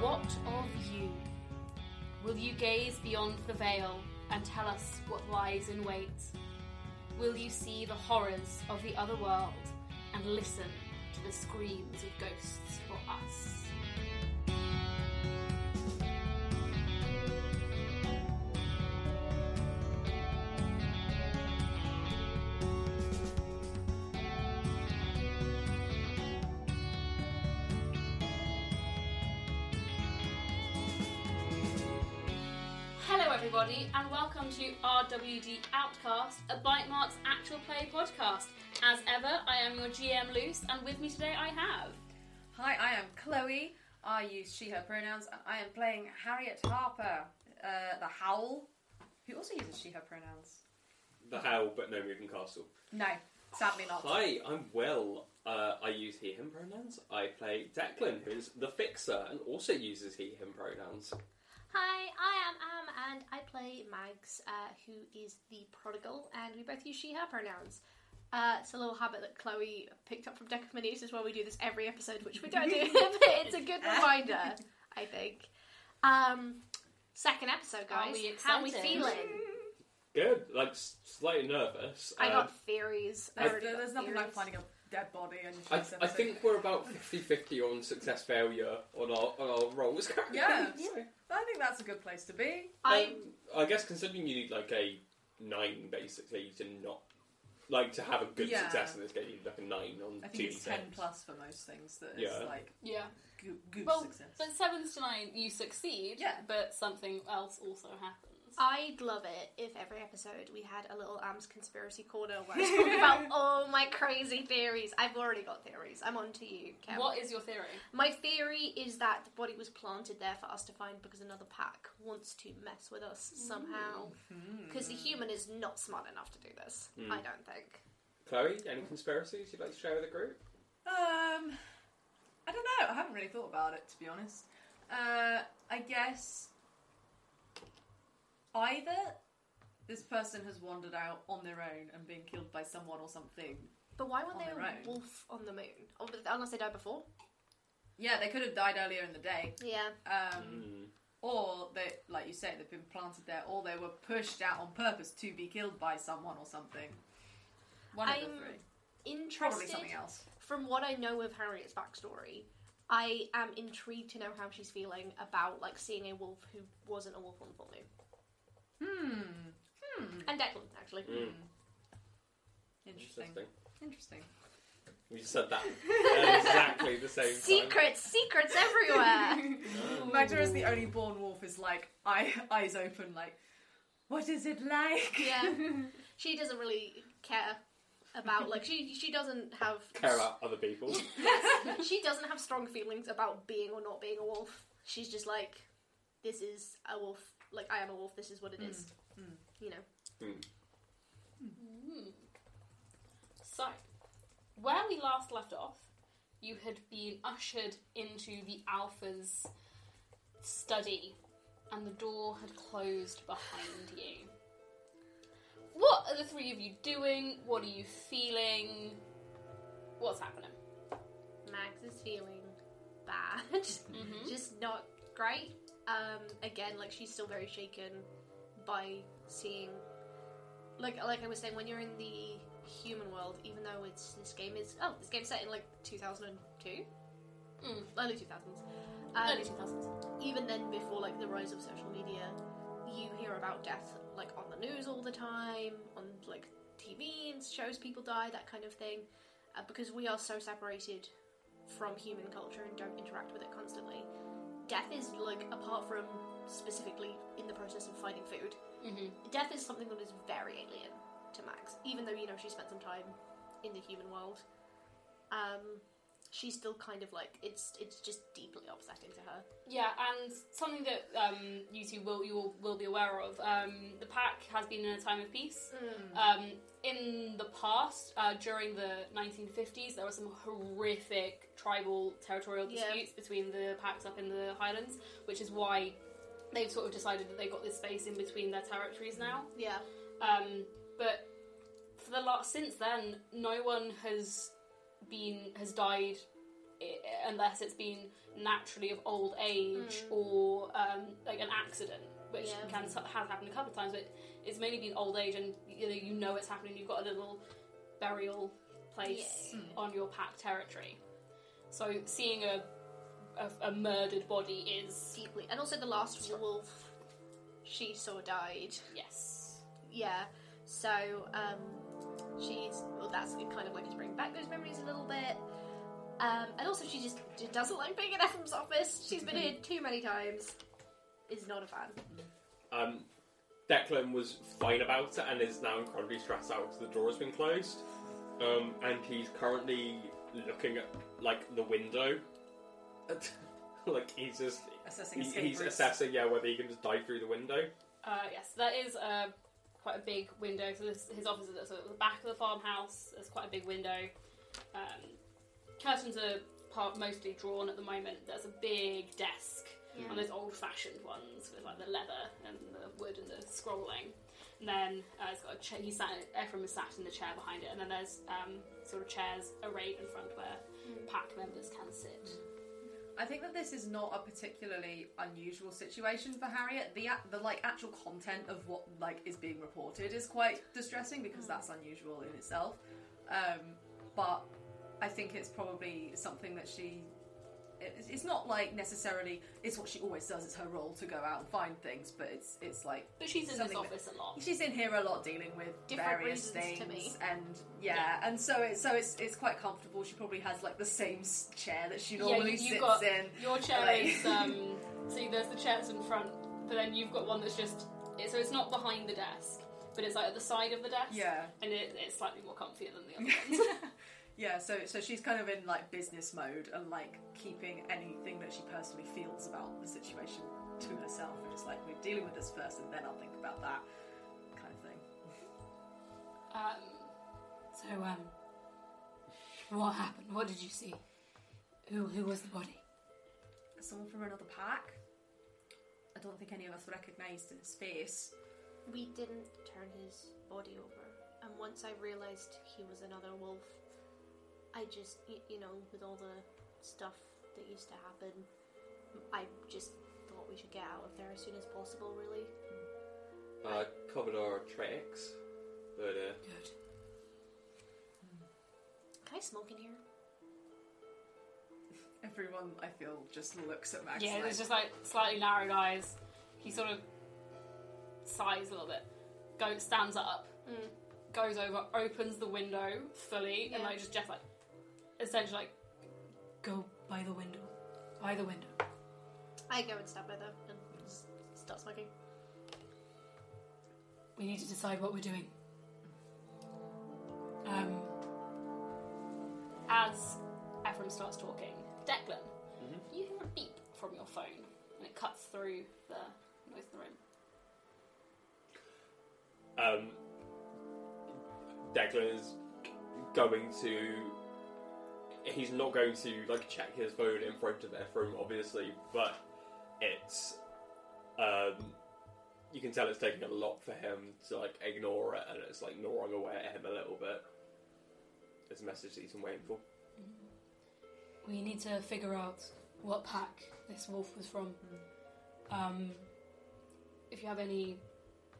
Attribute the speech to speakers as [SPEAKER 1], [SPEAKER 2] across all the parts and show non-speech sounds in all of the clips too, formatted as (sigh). [SPEAKER 1] What of you? Will you gaze beyond the veil and tell us what lies in wait? Will you see the horrors of the other world and listen to the screams of ghosts for us? Hello, everybody, and welcome to RWD Outcast, a Bite Marks actual play podcast. As ever, I am your GM Luce, and with me today I have.
[SPEAKER 2] Hi, I am Chloe. I use she, her pronouns, and I am playing Harriet Harper, uh, the Howl, who also uses she, her pronouns.
[SPEAKER 3] The Howl, but no moving castle.
[SPEAKER 2] No, sadly not.
[SPEAKER 3] Hi, I'm Will. Uh, I use he, him pronouns. I play Declan, who's the fixer and also uses he, him pronouns.
[SPEAKER 4] Hi, I am Am, and I play Mags, uh, who is the prodigal, and we both use she/her pronouns. Uh, it's a little habit that Chloe picked up from Deck of Minuses, where we do this every episode, which we don't do, (laughs) but it's a good reminder, I think. Um, second episode,
[SPEAKER 1] Are
[SPEAKER 4] guys.
[SPEAKER 1] we
[SPEAKER 4] How are we
[SPEAKER 1] excited?
[SPEAKER 2] Mm.
[SPEAKER 4] feeling?
[SPEAKER 3] Good, like s- slightly nervous.
[SPEAKER 4] I
[SPEAKER 3] Uh,
[SPEAKER 4] got theories. I
[SPEAKER 2] There's,
[SPEAKER 4] already got
[SPEAKER 2] there's nothing like
[SPEAKER 4] theories.
[SPEAKER 2] finding a dead body and
[SPEAKER 3] I,
[SPEAKER 2] she's
[SPEAKER 3] I think we're about 50 50 on success failure on our, on our rolls currently.
[SPEAKER 2] Yeah.
[SPEAKER 3] So,
[SPEAKER 2] I think that's a good place to be.
[SPEAKER 4] I
[SPEAKER 3] um, I guess considering you need like a 9 basically to not. Like to have a good
[SPEAKER 2] Yeah.
[SPEAKER 3] success in this game, you need like a 9 on
[SPEAKER 2] I
[SPEAKER 3] 2
[SPEAKER 2] think it's 10 plus for most things that is
[SPEAKER 3] Yeah.
[SPEAKER 2] like
[SPEAKER 1] Yeah.
[SPEAKER 2] goo- good
[SPEAKER 1] Well,
[SPEAKER 2] success.
[SPEAKER 1] But sevens to nine, you succeed,
[SPEAKER 2] Yeah.
[SPEAKER 1] but something else also happens.
[SPEAKER 4] I'd love it if every episode we had a little Am's conspiracy corner where I was
[SPEAKER 2] (laughs)
[SPEAKER 4] talking about all my crazy theories. I've already got theories. I'm on to you, Kev.
[SPEAKER 1] What is your theory?
[SPEAKER 4] My theory is that the body was planted there for us to find because another pack wants to mess with us
[SPEAKER 2] Mm.
[SPEAKER 4] somehow.
[SPEAKER 2] Hmm.
[SPEAKER 4] Because the human is not smart enough to do this.
[SPEAKER 3] Mm.
[SPEAKER 4] I don't think.
[SPEAKER 3] Chloe, any conspiracies you'd like to share with the group?
[SPEAKER 2] Um, I don't know. I haven't really thought about it to be honest. Uh, I guess either this person has wandered out on their own and been killed by someone or something.
[SPEAKER 4] But why weren't
[SPEAKER 2] On
[SPEAKER 4] they
[SPEAKER 2] their
[SPEAKER 4] a
[SPEAKER 2] own.
[SPEAKER 4] wolf on the moon? Oh, but- Unless they died before.
[SPEAKER 2] Yeah, they could have died earlier in the day.
[SPEAKER 4] Yeah.
[SPEAKER 2] Um,
[SPEAKER 3] Hmm,
[SPEAKER 2] Or they, like you say, they've been planted there, or they were pushed out on purpose to be killed by someone or something. One of
[SPEAKER 4] I'm
[SPEAKER 2] the three. Probably
[SPEAKER 4] Interested.
[SPEAKER 2] something else.
[SPEAKER 4] From what I know of Harriet's backstory, I am intrigued to know how she's feeling about like seeing a wolf who wasn't a wolf on the full moon.
[SPEAKER 2] Hmm. Hmm.
[SPEAKER 4] And Declan, actually.
[SPEAKER 3] Mm.
[SPEAKER 2] Interesting. Interesting.
[SPEAKER 3] We said that
[SPEAKER 1] (laughs)
[SPEAKER 3] at exactly the same time.
[SPEAKER 4] Secrets, secrets everywhere.
[SPEAKER 2] (laughs) Magda is the only born wolf is like eye, eyes open like what is it like?
[SPEAKER 4] Yeah. she doesn't really care about like she she doesn't have
[SPEAKER 3] Care about other people.
[SPEAKER 4] (laughs) she doesn't have strong feelings about being or not being a wolf. She's just like this is a wolf. Like I am a wolf. This is what it is.
[SPEAKER 2] Mm.
[SPEAKER 4] You know.
[SPEAKER 1] Mm. So, where we last left off, you had been ushered into the Alpha's study, and the door had closed behind you. What are the three of you doing? What are you feeling? What's happening?
[SPEAKER 4] Max is feeling bad. (laughs)
[SPEAKER 1] Mm-hmm. Hmm?
[SPEAKER 4] Just not great. Um, again, like she's still very shaken by seeing. Like like I was saying, when you're in the human world, even though it's this game is oh this game's set in like 2002,
[SPEAKER 1] Mm.
[SPEAKER 4] early 2000s.
[SPEAKER 1] Early
[SPEAKER 4] Um,
[SPEAKER 1] 2000s.
[SPEAKER 4] even then, before like the rise of social media, you hear about death like on the news all the time, on like TV and shows people die, that kind of thing. Uh, because we are so separated from human culture and don't interact with it constantly. Death is like apart from specifically in the process of finding food,
[SPEAKER 1] Mhm.
[SPEAKER 4] death is something that is very alien to Max. Even though you know she spent some time in the human world, um, she's still kind of like it's it's just deeply upsetting to her.
[SPEAKER 1] Yeah, and something that um, you two will you all will be aware of. Um, the pack has been in a time of peace. Um, in the past, uh, during the 1950s, there were some horrific tribal territorial
[SPEAKER 4] Yeah.
[SPEAKER 1] disputes between the packs up in the Highlands, which is why they've sort of decided that they've got this space in between their territories now.
[SPEAKER 4] Yeah.
[SPEAKER 1] Um, but for the lot since then, no one has been has died i- unless it's been naturally of old age or um, like an accident, which
[SPEAKER 4] Hmm. Yeah.
[SPEAKER 1] can has happened a couple of times. But it's mainly been old age, and you know you know it's happening. You've got a little burial place
[SPEAKER 4] Yeah.
[SPEAKER 1] on your pack territory, so seeing a a, a murdered body is
[SPEAKER 4] deeply. And also the last wolf she saw died.
[SPEAKER 1] yes,
[SPEAKER 4] Yeah. So um, she's well, that's kind of like to bring back those memories a little bit. Um, and also, she just d- doesn't like being in Ephraim's office. She's been here too many times. Is not a fan.
[SPEAKER 3] Um, Declan was fine about it and is now incredibly stressed out because the door has been closed. Um, and he's currently looking at like the window. (laughs) like he's just
[SPEAKER 2] (laughs) Assessing
[SPEAKER 3] he,
[SPEAKER 2] escape
[SPEAKER 3] he's
[SPEAKER 2] routes.
[SPEAKER 3] assessing yeah whether he can just dive through the window.
[SPEAKER 1] uh, yes, that is uh, quite a big window. So this, his office is at sort of the back of the farmhouse. There's quite a big window. Um, curtains are part mostly drawn at the moment. There's a big desk
[SPEAKER 4] Yeah.
[SPEAKER 1] and those old-fashioned ones with like the leather and the wood and the scrolling. And then uh, it's got a chair. He sat. Ephraim is sat in the chair behind it. And then there's um, sort of chairs arrayed in front where
[SPEAKER 2] Mm.
[SPEAKER 1] pack members can sit.
[SPEAKER 2] I think that this is not a particularly unusual situation for Harriet. The a- the like actual content of what like is being reported is quite distressing because that's unusual in itself. Um, but I think it's probably something that she. it- It's not like necessarily it's what she always does. It's her role to go out and find things, but it's it's like
[SPEAKER 1] But she's in
[SPEAKER 2] Something
[SPEAKER 1] this office
[SPEAKER 2] that-
[SPEAKER 1] a lot.
[SPEAKER 2] she's in here a lot dealing with
[SPEAKER 4] Different
[SPEAKER 2] various
[SPEAKER 4] reasons
[SPEAKER 2] things
[SPEAKER 4] to me.
[SPEAKER 2] and yeah, and so it, so it's it's quite comfortable. She probably has like the same s- chair that she
[SPEAKER 1] Yeah, you-
[SPEAKER 2] normally
[SPEAKER 1] you
[SPEAKER 2] sits
[SPEAKER 1] got-
[SPEAKER 2] in.
[SPEAKER 1] Your chair
[SPEAKER 2] Like-
[SPEAKER 1] is um see there's the chairs in front, but then you've got one that's just it- so it's not behind the desk, but it's like at the side of the desk.
[SPEAKER 2] Yeah.
[SPEAKER 1] And it, it's slightly more comfier than the other ones.
[SPEAKER 2] yeah, so so she's kind of in like business mode and like keeping anything that she personally feels about the situation to herself and just like we're dealing with this first and then I'll think about that kind of thing.
[SPEAKER 1] um
[SPEAKER 5] So, um, what happened? What did you see? Who who was the body?
[SPEAKER 2] Someone from another pack. I don't think any of us recognised his face.
[SPEAKER 4] We didn't turn his body over. And once I realized he was another wolf, I just, y- you know, with all the stuff that used to happen, I just thought we should get out of there as soon as possible, really.
[SPEAKER 3] Uh, Commodore Trix. But uh,
[SPEAKER 5] Good.
[SPEAKER 4] Can I smoke in here?
[SPEAKER 2] Everyone I feel just looks at Max.
[SPEAKER 1] yeah,
[SPEAKER 2] like,
[SPEAKER 1] there's just like slightly narrowed eyes. He sort of sighs a little bit, goes stands up,
[SPEAKER 4] Mm.
[SPEAKER 1] goes over, opens the window fully, and
[SPEAKER 4] Yeah.
[SPEAKER 1] like just Jeff like essentially like
[SPEAKER 5] Go by the window. By the window.
[SPEAKER 4] I go and stand by them and s- start smoking.
[SPEAKER 5] We need to decide what we're doing. Um,
[SPEAKER 1] As Ephraim starts talking, Declan, you hear a beep from your phone, and it cuts through the noise in the room.
[SPEAKER 3] um, Declan is going to. He's not going to like check his phone in front of Ephraim, obviously, but it's. Um, you can tell it's taking a lot for him to like ignore it, and it's like gnawing away at him a little bit. It's a message that he's been waiting for.
[SPEAKER 5] we need to figure out what pack this wolf was from. Um, if you have any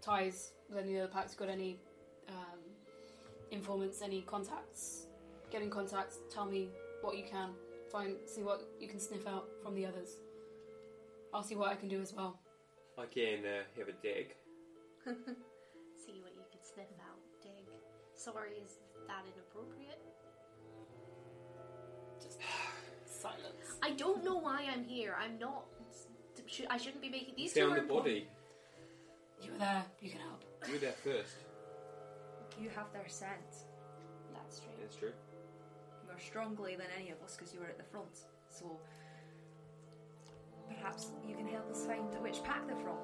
[SPEAKER 5] ties with any other packs, got any um, informants, any contacts, get in contact. Tell me what you can find. See what you can sniff out from the others. I'll see what I can do as well.
[SPEAKER 3] I can uh, have a dig.
[SPEAKER 4] See what you can sniff out, dig. Sorry, is that inappropriate?
[SPEAKER 5] (sighs)
[SPEAKER 1] Just silence.
[SPEAKER 4] I don't know why I'm here. I'm not. sh- I shouldn't be making these
[SPEAKER 3] Stay
[SPEAKER 4] two.
[SPEAKER 3] on
[SPEAKER 4] are
[SPEAKER 3] the body.
[SPEAKER 5] You were there. You can help.
[SPEAKER 3] You were there first.
[SPEAKER 2] you have their scent.
[SPEAKER 4] important. That's true.
[SPEAKER 3] It's true.
[SPEAKER 2] more strongly than any of us because you were at the front. So perhaps you can help us find which pack they're from.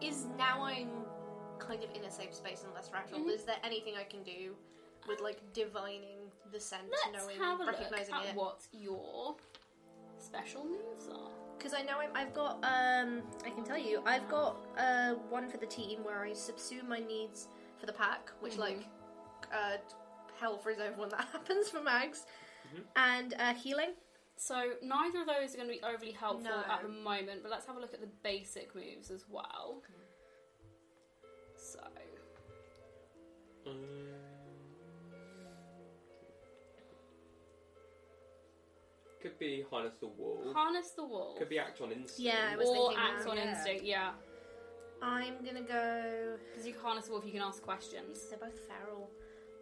[SPEAKER 4] is now I'm kind of in a safe space and less rational. Is there anything I can do with like divining the scent,
[SPEAKER 1] Let's
[SPEAKER 4] knowing,
[SPEAKER 1] have a
[SPEAKER 4] recognizing
[SPEAKER 1] look at
[SPEAKER 4] it?
[SPEAKER 1] what your special moves are.
[SPEAKER 4] Because I know I'm, I've got. Um, I can tell you, I've got uh, one for the team where I subsume my needs for the pack,
[SPEAKER 1] Mm-hmm.
[SPEAKER 4] which like (laughs)
[SPEAKER 1] Mm-hmm.
[SPEAKER 4] uh, hell freeze over when that happens for mags, and uh, healing
[SPEAKER 1] So neither of those are going to be overly helpful
[SPEAKER 4] No.
[SPEAKER 1] at the moment, but let's have a look at the basic moves as well. So
[SPEAKER 3] Uh, Could be harness the wolf.
[SPEAKER 1] harness the wolf,
[SPEAKER 3] Could be act on instinct.
[SPEAKER 4] Yeah, I was
[SPEAKER 1] or
[SPEAKER 4] thinking
[SPEAKER 1] act
[SPEAKER 4] that.
[SPEAKER 1] on
[SPEAKER 2] Yeah.
[SPEAKER 1] instinct. Yeah,
[SPEAKER 4] I'm gonna go.
[SPEAKER 1] because you can harness the wolf, you can ask questions.
[SPEAKER 4] They're both feral.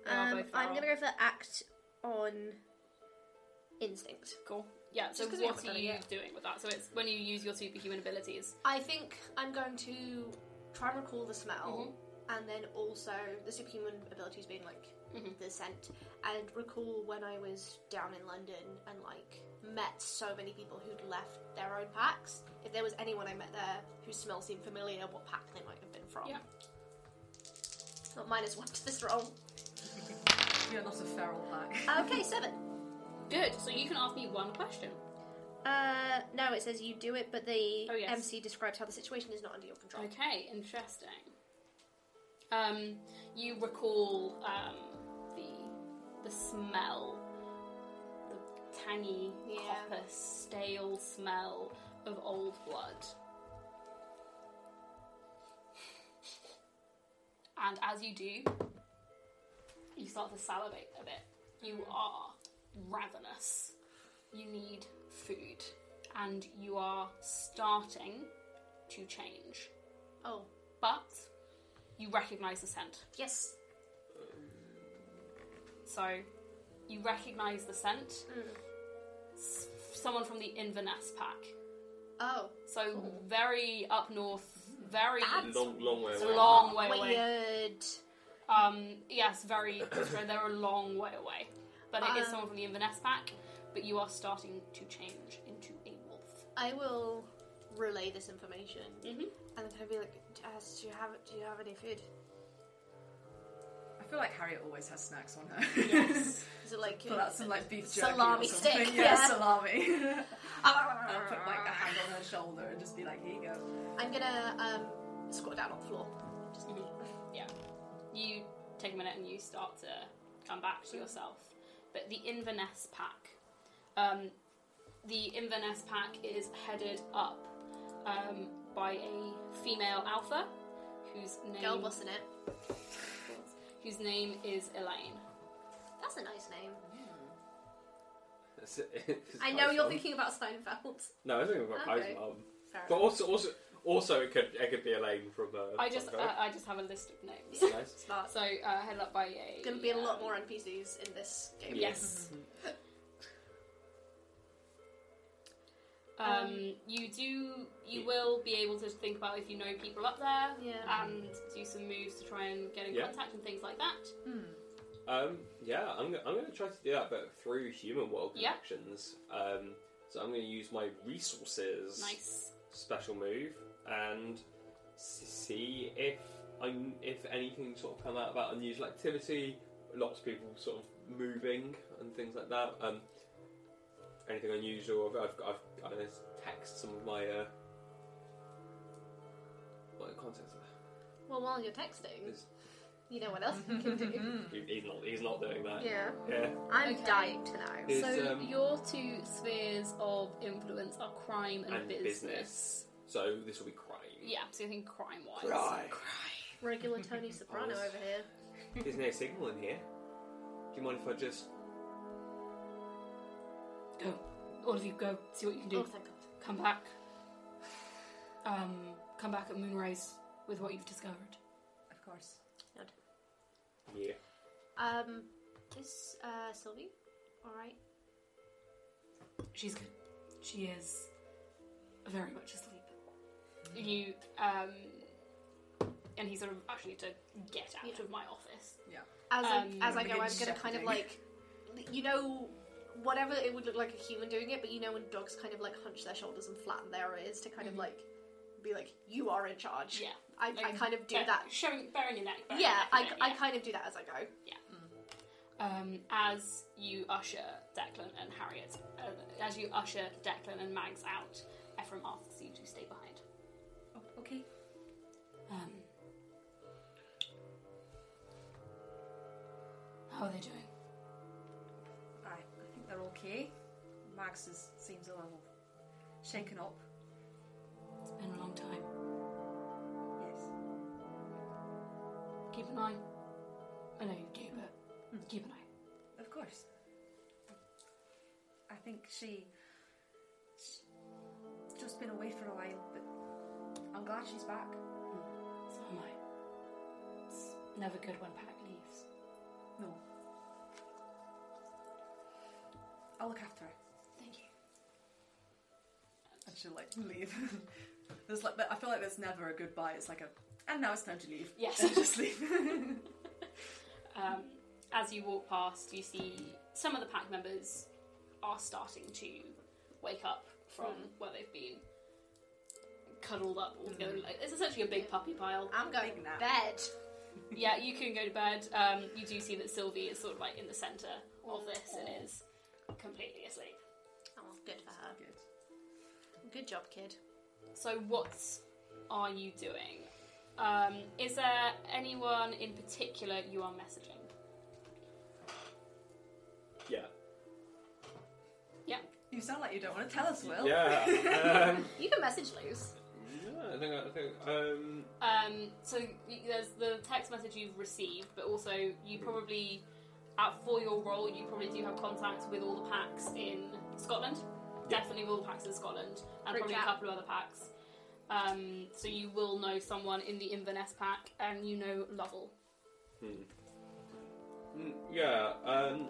[SPEAKER 1] They are
[SPEAKER 4] um,
[SPEAKER 1] both
[SPEAKER 4] I'm
[SPEAKER 1] feral.
[SPEAKER 4] gonna go for act on instinct.
[SPEAKER 1] Cool. Yeah. So
[SPEAKER 4] Just 'cause we
[SPEAKER 1] what
[SPEAKER 4] haven't
[SPEAKER 1] are
[SPEAKER 4] done it
[SPEAKER 1] you
[SPEAKER 4] yet.
[SPEAKER 1] doing with that? So it's when you use your superhuman abilities.
[SPEAKER 4] I think I'm going to try and recall the smell,
[SPEAKER 1] Mm-hmm.
[SPEAKER 4] and then also the superhuman abilities being like
[SPEAKER 1] Mhm.
[SPEAKER 4] the scent, and recall when I was down in London and like met so many people who'd left their own packs. If there was anyone I met there whose smell seemed familiar, what pack they might have been from.
[SPEAKER 1] Yeah.
[SPEAKER 4] Not minus one (laughs) to this roll.
[SPEAKER 2] You're not a feral pack.
[SPEAKER 4] Okay, seven.
[SPEAKER 1] Good. So you can ask me one question.
[SPEAKER 4] Uh, no, it says you do it, but the
[SPEAKER 1] Oh, yes.
[SPEAKER 4] MC describes how the situation is not under your control.
[SPEAKER 1] Okay, interesting. Um, you recall um, the the smell, the tangy
[SPEAKER 4] Yeah.
[SPEAKER 1] copper stale smell of old blood. And as you do, you start to salivate a bit. You are ravenous. You need food, and you are starting to change
[SPEAKER 4] Oh,
[SPEAKER 1] but you recognise the scent.
[SPEAKER 4] yes.
[SPEAKER 1] So you recognise the scent.
[SPEAKER 4] Mm.
[SPEAKER 1] S- someone from the Inverness pack.
[SPEAKER 4] Oh,
[SPEAKER 1] So very up north, very
[SPEAKER 4] That's
[SPEAKER 3] Long, long way
[SPEAKER 1] it's a
[SPEAKER 3] away.
[SPEAKER 1] long way away.
[SPEAKER 4] weird.
[SPEAKER 1] Um, yes, very. they're a long way away, but it is
[SPEAKER 4] Um,
[SPEAKER 1] someone from the Inverness pack. But you are starting to change into a wolf.
[SPEAKER 4] I will relay this information,
[SPEAKER 1] Mm-hmm.
[SPEAKER 4] and then I'll be like, "Ask, do you have do you have any food?
[SPEAKER 2] I feel like Harriet always has snacks on her.
[SPEAKER 4] Yes. Is it like
[SPEAKER 2] (laughs) But that's some like beef jerky
[SPEAKER 4] Salami
[SPEAKER 2] or something. (laughs)
[SPEAKER 4] stick,
[SPEAKER 2] Yeah,
[SPEAKER 4] yeah.
[SPEAKER 2] salami. I'll put like a
[SPEAKER 4] I'm
[SPEAKER 2] hand on her shoulder and just be like, here you go.
[SPEAKER 4] gonna um squat down on the floor. Just
[SPEAKER 1] You take a minute and you start to come back to yourself. But the Inverness pack, um, the Inverness pack is headed up um, by a female alpha whose name
[SPEAKER 4] girl boss in it.
[SPEAKER 1] whose name is Elaine.
[SPEAKER 4] That's a nice name.
[SPEAKER 3] It's- it's
[SPEAKER 4] I know
[SPEAKER 3] nice
[SPEAKER 4] you're
[SPEAKER 3] one.
[SPEAKER 4] thinking about Steinfeld.
[SPEAKER 3] No, I think about
[SPEAKER 4] Okay.
[SPEAKER 3] Kai's mum.
[SPEAKER 4] Fair
[SPEAKER 3] But
[SPEAKER 4] enough.
[SPEAKER 3] also, also, also, it could it could be Elaine from. Uh,
[SPEAKER 1] I just
[SPEAKER 3] Funko.
[SPEAKER 1] uh, I just have a list of names.
[SPEAKER 3] nice.
[SPEAKER 4] Smart.
[SPEAKER 1] So uh, headed up by a
[SPEAKER 4] Gonna be a lot
[SPEAKER 1] um,
[SPEAKER 4] more NPCs in this game.
[SPEAKER 1] Yes. Um, you do. You will be able to think about if you know people up there,
[SPEAKER 4] Yeah.
[SPEAKER 1] and do some moves to try and get in
[SPEAKER 3] Um, Yeah.
[SPEAKER 1] contact and things like that.
[SPEAKER 2] Hmm,
[SPEAKER 3] Um, yeah, I'm, go- I'm going to try to do that, but through human world
[SPEAKER 1] Yeah.
[SPEAKER 3] connections. Um, so I'm going to use my resources
[SPEAKER 1] Nice.
[SPEAKER 3] special move and s- see if I'm if anything sort of come out about unusual activity. Lots of people sort of moving and things like that. Um, anything unusual? I've I've, I've I'm gonna text some of my uh, my contacts.
[SPEAKER 4] Well, while you're texting,
[SPEAKER 3] He's,
[SPEAKER 4] you know what else you can do.
[SPEAKER 2] (laughs)
[SPEAKER 3] he- he's not he's not doing that.
[SPEAKER 4] yeah,
[SPEAKER 3] Yeah.
[SPEAKER 4] I'm
[SPEAKER 1] Okay.
[SPEAKER 4] dying to know.
[SPEAKER 3] Is,
[SPEAKER 1] so
[SPEAKER 3] um,
[SPEAKER 1] your two spheres of influence are crime and,
[SPEAKER 3] and
[SPEAKER 1] business.
[SPEAKER 3] business. So this will be crime.
[SPEAKER 1] Yeah, so you think crime wise.
[SPEAKER 3] Crime.
[SPEAKER 4] Regular Tony Soprano over here.
[SPEAKER 3] There's no signal in here. Do you mind if I just?
[SPEAKER 5] Go. All of you go. See what you can do.
[SPEAKER 4] Oh, thank God.
[SPEAKER 5] Come back. Um, come back at Moonrise with what you've discovered.
[SPEAKER 2] Of course.
[SPEAKER 3] Yeah.
[SPEAKER 4] Um, is uh, Sylvie all right?
[SPEAKER 5] She's good. She is very much asleep.
[SPEAKER 1] You um, and he sort of actually to get out
[SPEAKER 4] Yeah.
[SPEAKER 1] of my office.
[SPEAKER 4] As
[SPEAKER 1] Um,
[SPEAKER 4] I, as I go,
[SPEAKER 2] begin
[SPEAKER 4] I'm gonna kind of
[SPEAKER 2] shepherding.
[SPEAKER 4] like, you know, whatever it would look like a human doing it, but you know when dogs kind of like hunch their shoulders and flatten their ears to kind of like be like, you are in charge.
[SPEAKER 1] Mm-hmm. Yeah,
[SPEAKER 4] I, I
[SPEAKER 1] Like,
[SPEAKER 4] kind of do
[SPEAKER 1] Bear-
[SPEAKER 4] that.
[SPEAKER 1] Showing, bearing your neck. bearing your
[SPEAKER 4] Yeah,
[SPEAKER 1] neck,
[SPEAKER 4] I,
[SPEAKER 1] bearing your
[SPEAKER 4] I
[SPEAKER 1] neck.
[SPEAKER 4] kind of do that as I go.
[SPEAKER 1] um, as you usher Declan and Harriet, uh, as you usher Declan and Mags out, Ephraim asks you to stay behind.
[SPEAKER 2] Oh,
[SPEAKER 5] okay. Um, how are they doing?
[SPEAKER 2] Right, I think they're okay. Max is, seems a little shaken up.
[SPEAKER 5] It's been a long time.
[SPEAKER 2] Yes.
[SPEAKER 5] Keep an eye. I know you do,
[SPEAKER 4] Hmm.
[SPEAKER 5] but keep an eye.
[SPEAKER 2] Of course. I think she, she's just been away for a while, but I'm glad she's back.
[SPEAKER 5] So am I. It's never good when Pack leaves.
[SPEAKER 2] No. I'll look after her.
[SPEAKER 5] Thank you.
[SPEAKER 2] And she'll like leave. (laughs) there's like, but I feel like there's never a goodbye. It's like a, and now it's time to leave. (laughs)
[SPEAKER 1] Yes.
[SPEAKER 2] And just leave.
[SPEAKER 1] Um, as you walk past, you see some of the pack members are starting to wake up from where they've been cuddled up all together. Like, it's essentially a big puppy pile.
[SPEAKER 4] I'm going
[SPEAKER 2] Big
[SPEAKER 4] to
[SPEAKER 2] nap.
[SPEAKER 4] bed.
[SPEAKER 1] yeah, you can go to bed. Um, you do see that Sylvie is sort of like in the centre of this and is completely asleep.
[SPEAKER 4] Oh, good for her.
[SPEAKER 2] Good.
[SPEAKER 4] Good job, kid.
[SPEAKER 1] So, what are you doing? Um, is there anyone in particular you are messaging?
[SPEAKER 3] Yeah.
[SPEAKER 2] You sound like you don't want to tell us, Will.
[SPEAKER 3] Yeah. Um,
[SPEAKER 4] You can message Luz.
[SPEAKER 3] yeah, I think. I think. Um,
[SPEAKER 1] Um, so y- there's the text message you've received, but also you
[SPEAKER 3] Hmm.
[SPEAKER 1] probably, out for your role, you probably do have contacts with all the packs in Scotland.
[SPEAKER 3] Yeah.
[SPEAKER 1] Definitely with all the packs in Scotland, and
[SPEAKER 4] Reach
[SPEAKER 1] probably
[SPEAKER 4] out.
[SPEAKER 1] a couple of other packs. Um, so you will know someone in the Inverness pack, and you know Lovell.
[SPEAKER 3] hmm. Mm, Yeah. Um,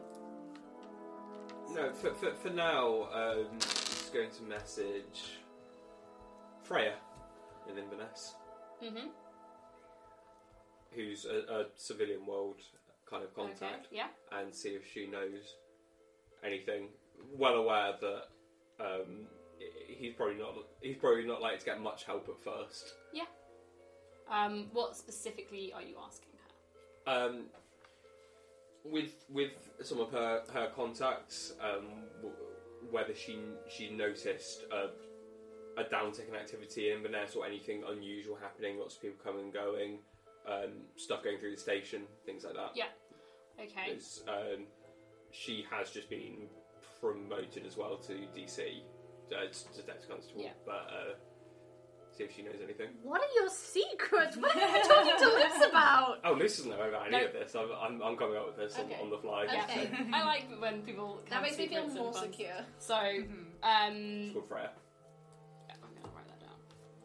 [SPEAKER 3] no, for, for, for now, um, I'm just going to message Freya in Inverness,
[SPEAKER 1] Mm-hmm.
[SPEAKER 3] who's a, a civilian world kind of
[SPEAKER 1] Okay.
[SPEAKER 3] contact,
[SPEAKER 1] Yeah.
[SPEAKER 3] and see if she knows anything. Well aware that um, he- he's probably not he's probably not likely to get much help at first.
[SPEAKER 1] Um, what specifically are you asking her?
[SPEAKER 3] um, with with some of her her contacts, um, w- whether she she noticed a, a downtick in activity in Inverness or anything unusual happening, lots of people coming and going, um, stuff going through the station, things like that.
[SPEAKER 1] Yeah. Okay.
[SPEAKER 3] 'Cause, um, she has just been promoted as well to DC, uh, to Detective Constable.
[SPEAKER 1] Yeah.
[SPEAKER 3] But uh, see if she knows anything.
[SPEAKER 4] What are your secrets? What are you talking
[SPEAKER 1] (laughs)
[SPEAKER 4] to Luz about?
[SPEAKER 3] Oh, Lucy's not over any
[SPEAKER 1] No.
[SPEAKER 3] of this. I'm, I'm, I'm coming up with this
[SPEAKER 4] Okay.
[SPEAKER 3] on, on the fly.
[SPEAKER 4] Okay.
[SPEAKER 3] so-
[SPEAKER 2] (laughs)
[SPEAKER 1] I like when people.
[SPEAKER 4] That
[SPEAKER 1] have
[SPEAKER 4] makes me feel
[SPEAKER 1] secrets and
[SPEAKER 4] more
[SPEAKER 1] fun.
[SPEAKER 4] secure.
[SPEAKER 1] So, um,
[SPEAKER 3] It's called Freya.
[SPEAKER 1] Yeah, I'm gonna write that down.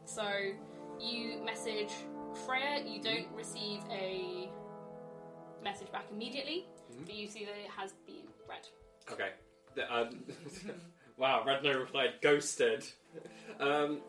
[SPEAKER 1] So you message Freya, you don't receive a message back immediately,
[SPEAKER 3] Mhm.
[SPEAKER 1] but you see that it has been read.
[SPEAKER 3] Okay. The- um, (laughs) wow, Redno replied, ghosted. Um,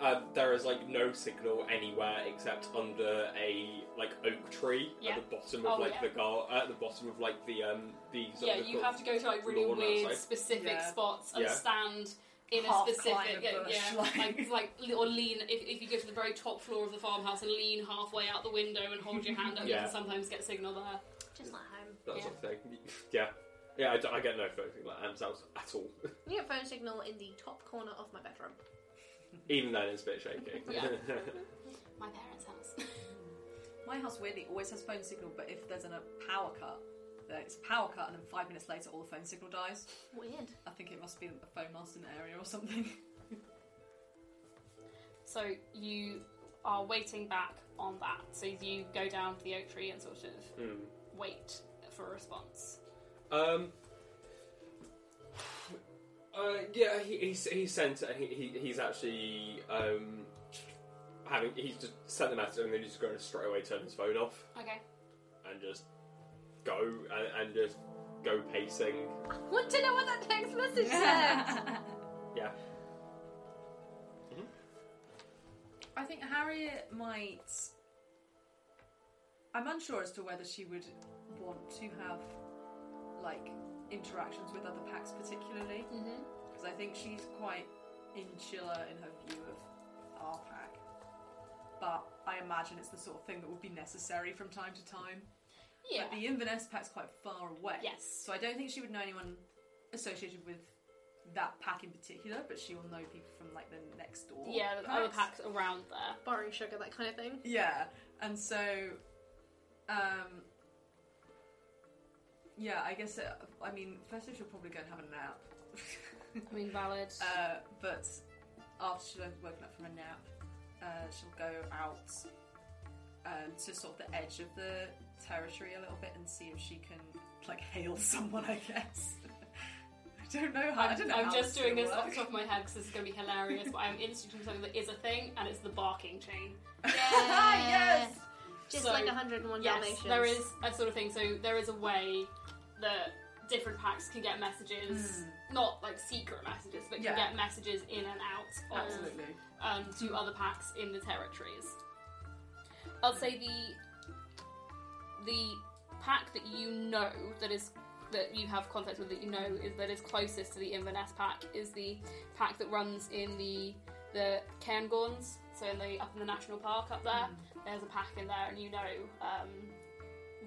[SPEAKER 3] uh, there is like no signal anywhere except under a like oak tree
[SPEAKER 1] Yeah.
[SPEAKER 3] at the bottom
[SPEAKER 1] Oh,
[SPEAKER 3] of like
[SPEAKER 1] yeah.
[SPEAKER 3] the gar- uh, at the bottom of like the um the sort
[SPEAKER 1] yeah,
[SPEAKER 3] of the
[SPEAKER 1] you
[SPEAKER 3] cor-
[SPEAKER 1] have to go to like really
[SPEAKER 3] lawn
[SPEAKER 1] weird
[SPEAKER 3] outside.
[SPEAKER 1] specific
[SPEAKER 2] Yeah.
[SPEAKER 1] spots and
[SPEAKER 3] Yeah.
[SPEAKER 1] stand in
[SPEAKER 2] Half
[SPEAKER 1] a
[SPEAKER 2] climb
[SPEAKER 1] specific
[SPEAKER 2] a
[SPEAKER 1] yeah,
[SPEAKER 2] bush,
[SPEAKER 1] yeah,
[SPEAKER 2] like-
[SPEAKER 1] like like le- or lean if, if you go to the very top floor of the farmhouse and lean halfway out the window and hold your hand up, you
[SPEAKER 3] Yeah.
[SPEAKER 1] can sometimes get signal there.
[SPEAKER 4] Just like home.
[SPEAKER 3] that
[SPEAKER 1] yeah.
[SPEAKER 3] sort of thing. (laughs) yeah, yeah. I, d- I get no phone signal at Anne's house at all. (laughs)
[SPEAKER 4] You get phone signal in the top corner of my bedroom.
[SPEAKER 3] Even then, it's a bit shaky.
[SPEAKER 1] Yeah. My parents' house. (laughs)
[SPEAKER 2] My house weirdly always has phone signal, but if there's an, a power cut, then it's a power cut, and then five minutes later, all the phone signal dies.
[SPEAKER 4] Weird.
[SPEAKER 2] I think it must be that the phone mast in the area or something.
[SPEAKER 1] So you are waiting back on that. So you go down to the oak tree and sort of
[SPEAKER 3] (laughs) Hmm.
[SPEAKER 1] wait for a response.
[SPEAKER 3] Um. Uh, yeah, he, he's he's sent. He, he, he's actually um, having. He's just sent the message, and then he's going to straight away turn his phone off
[SPEAKER 1] Okay.
[SPEAKER 3] and just go and, and just go pacing.
[SPEAKER 4] I want to know what that text message said.
[SPEAKER 3] Yeah.
[SPEAKER 2] Mm-hmm. I think Harriet might. I'm unsure as to whether she would want to have, like, interactions with other packs particularly,
[SPEAKER 1] Mm-hmm.
[SPEAKER 2] because I think she's quite insular in her view of our pack. But I imagine it's the sort of thing that would be necessary from time to time.
[SPEAKER 1] Yeah.
[SPEAKER 2] Like, the Inverness pack's quite far away.
[SPEAKER 1] Yes.
[SPEAKER 2] So I don't think she would know anyone associated with that pack in particular, but she will know people from like the next door.
[SPEAKER 1] yeah, the other packs
[SPEAKER 2] packs.
[SPEAKER 1] around there.
[SPEAKER 4] (laughs) Borrowing sugar, that kind of thing.
[SPEAKER 2] Yeah, and so, um, uh, yeah, I guess it, I mean, firstly she'll probably go and have a nap (laughs)
[SPEAKER 1] I mean, valid.
[SPEAKER 2] Uh, but after she's woken up from a nap, uh, she'll go out um, to sort of the edge of the territory a little bit and see if she can like hail (laughs) someone. I guess. (laughs) I don't know how. I don't
[SPEAKER 1] I'm,
[SPEAKER 2] know
[SPEAKER 1] I'm
[SPEAKER 2] how
[SPEAKER 1] just
[SPEAKER 2] this is
[SPEAKER 1] doing this
[SPEAKER 2] gonna
[SPEAKER 1] off the top of my head because this is going to be hilarious, but I'm instituting something that is a thing, and it's the barking
[SPEAKER 2] (laughs)
[SPEAKER 1] chain.
[SPEAKER 2] work. (laughs)
[SPEAKER 4] Yeah.
[SPEAKER 2] yes.
[SPEAKER 4] Just
[SPEAKER 1] So,
[SPEAKER 4] like 101
[SPEAKER 1] Yes,
[SPEAKER 4] Dalmatians.
[SPEAKER 1] there is a sort of thing. So there is a way that different packs can get messages, not like secret messages, but
[SPEAKER 2] Hmm. Yeah.
[SPEAKER 1] can get messages in and out of
[SPEAKER 2] Absolutely.
[SPEAKER 1] um, to other packs in the territories. I'll say the the pack that you know that is that you have contact with that you know is that is closest to the Inverness pack is the pack that runs in the the Cairngorms, so in the up in the national park up there.
[SPEAKER 2] Mm.
[SPEAKER 1] There's a pack in there, and you know um,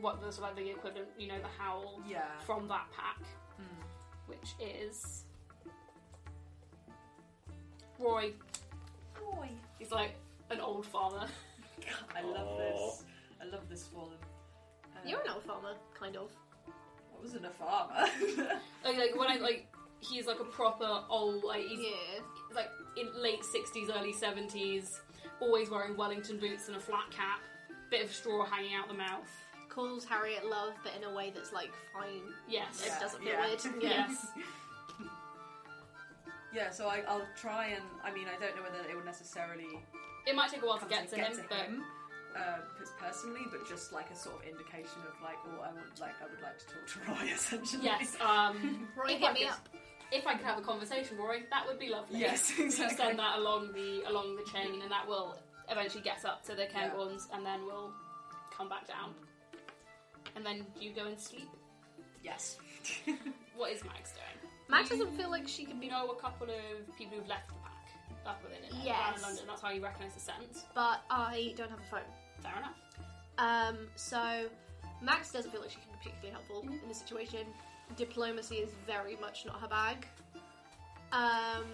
[SPEAKER 1] what the sort of like the equivalent. You know the howl
[SPEAKER 2] Yeah.
[SPEAKER 1] from that pack,
[SPEAKER 2] Mm.
[SPEAKER 1] which is Roy.
[SPEAKER 2] Boy,
[SPEAKER 1] He's like an old father.
[SPEAKER 2] I love
[SPEAKER 3] Aw.
[SPEAKER 2] this. I love this one. Um,
[SPEAKER 4] You're an old farmer, kind of.
[SPEAKER 2] I wasn't a farmer.
[SPEAKER 1] (laughs)
[SPEAKER 2] (laughs)
[SPEAKER 1] Like, like when I like, he's like a proper old. Like he's
[SPEAKER 4] Yeah.
[SPEAKER 1] like in late sixties, early seventies. Always wearing Wellington boots and a flat cap. Bit of straw hanging out the mouth.
[SPEAKER 4] Calls Harriet love, but in a way that's like fine.
[SPEAKER 1] Yes.
[SPEAKER 4] It
[SPEAKER 2] Yeah,
[SPEAKER 4] doesn't feel
[SPEAKER 2] yeah. (laughs)
[SPEAKER 4] weird. Yeah.
[SPEAKER 1] Yes.
[SPEAKER 2] yeah. So I, I'll try and. I mean, I don't know whether it would necessarily
[SPEAKER 1] It might take a while to
[SPEAKER 2] come
[SPEAKER 1] get to, him, but
[SPEAKER 2] uh, pers- personally, but just like a sort of indication of like, oh, I would like, I would like to talk to Roy, (laughs) essentially.
[SPEAKER 1] yes. Um,
[SPEAKER 4] Roy,
[SPEAKER 1] If I
[SPEAKER 4] hit me
[SPEAKER 1] could-
[SPEAKER 4] up.
[SPEAKER 1] if I could have a conversation, Rory, that would be lovely.
[SPEAKER 2] Yes,
[SPEAKER 1] So you
[SPEAKER 2] exactly.
[SPEAKER 1] send that along the along the chain, and that will eventually get up to the Cairngorms, and then we'll come back down. And then you go and sleep.
[SPEAKER 2] Yes. (laughs)
[SPEAKER 1] What is Max doing?
[SPEAKER 4] Max doesn't feel like she can
[SPEAKER 1] You
[SPEAKER 4] be,
[SPEAKER 1] know a couple of people who've left the pack up within it.
[SPEAKER 4] Yes.
[SPEAKER 1] Around London. That's how you recognise the scent.
[SPEAKER 4] but I don't have a phone.
[SPEAKER 1] Fair enough.
[SPEAKER 4] Um, so Max doesn't feel like she can be particularly helpful
[SPEAKER 1] Mm-hmm.
[SPEAKER 4] in this situation. Diplomacy is very much not her bag. Um,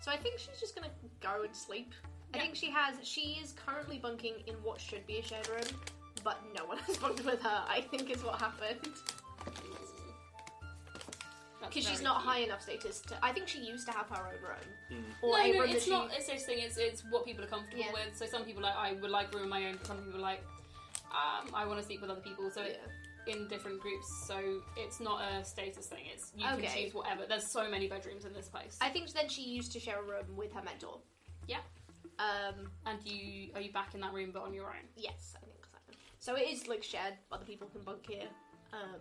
[SPEAKER 4] so I think she's just gonna go and sleep. I
[SPEAKER 1] Yeah.
[SPEAKER 4] think she has. She is currently bunking in what should be a shared room, but no one (laughs) has bunked with her. I think is what happened
[SPEAKER 1] That's
[SPEAKER 4] because she's
[SPEAKER 1] very
[SPEAKER 4] not
[SPEAKER 1] cute.
[SPEAKER 4] high enough status to. I think she used to have her own room
[SPEAKER 3] Mm.
[SPEAKER 4] or a
[SPEAKER 1] no,
[SPEAKER 4] room
[SPEAKER 1] no, it's
[SPEAKER 4] that
[SPEAKER 1] not.
[SPEAKER 4] she.
[SPEAKER 1] It's this thing. It's, it's what people are comfortable
[SPEAKER 4] Yeah.
[SPEAKER 1] with. So some people are like I would like room on my own. Some people are like um, I want to sleep with other people. So it,
[SPEAKER 4] yeah.
[SPEAKER 1] in different groups, so it's not a status thing. It's you can
[SPEAKER 4] Okay.
[SPEAKER 1] choose whatever. There's so many bedrooms in this place.
[SPEAKER 4] I think then she used to share a room with her mentor.
[SPEAKER 1] Yeah.
[SPEAKER 4] Um.
[SPEAKER 1] and you are you back in that room but on your own?
[SPEAKER 4] Yes, I think so. So it is like shared. Other people can bunk here, um,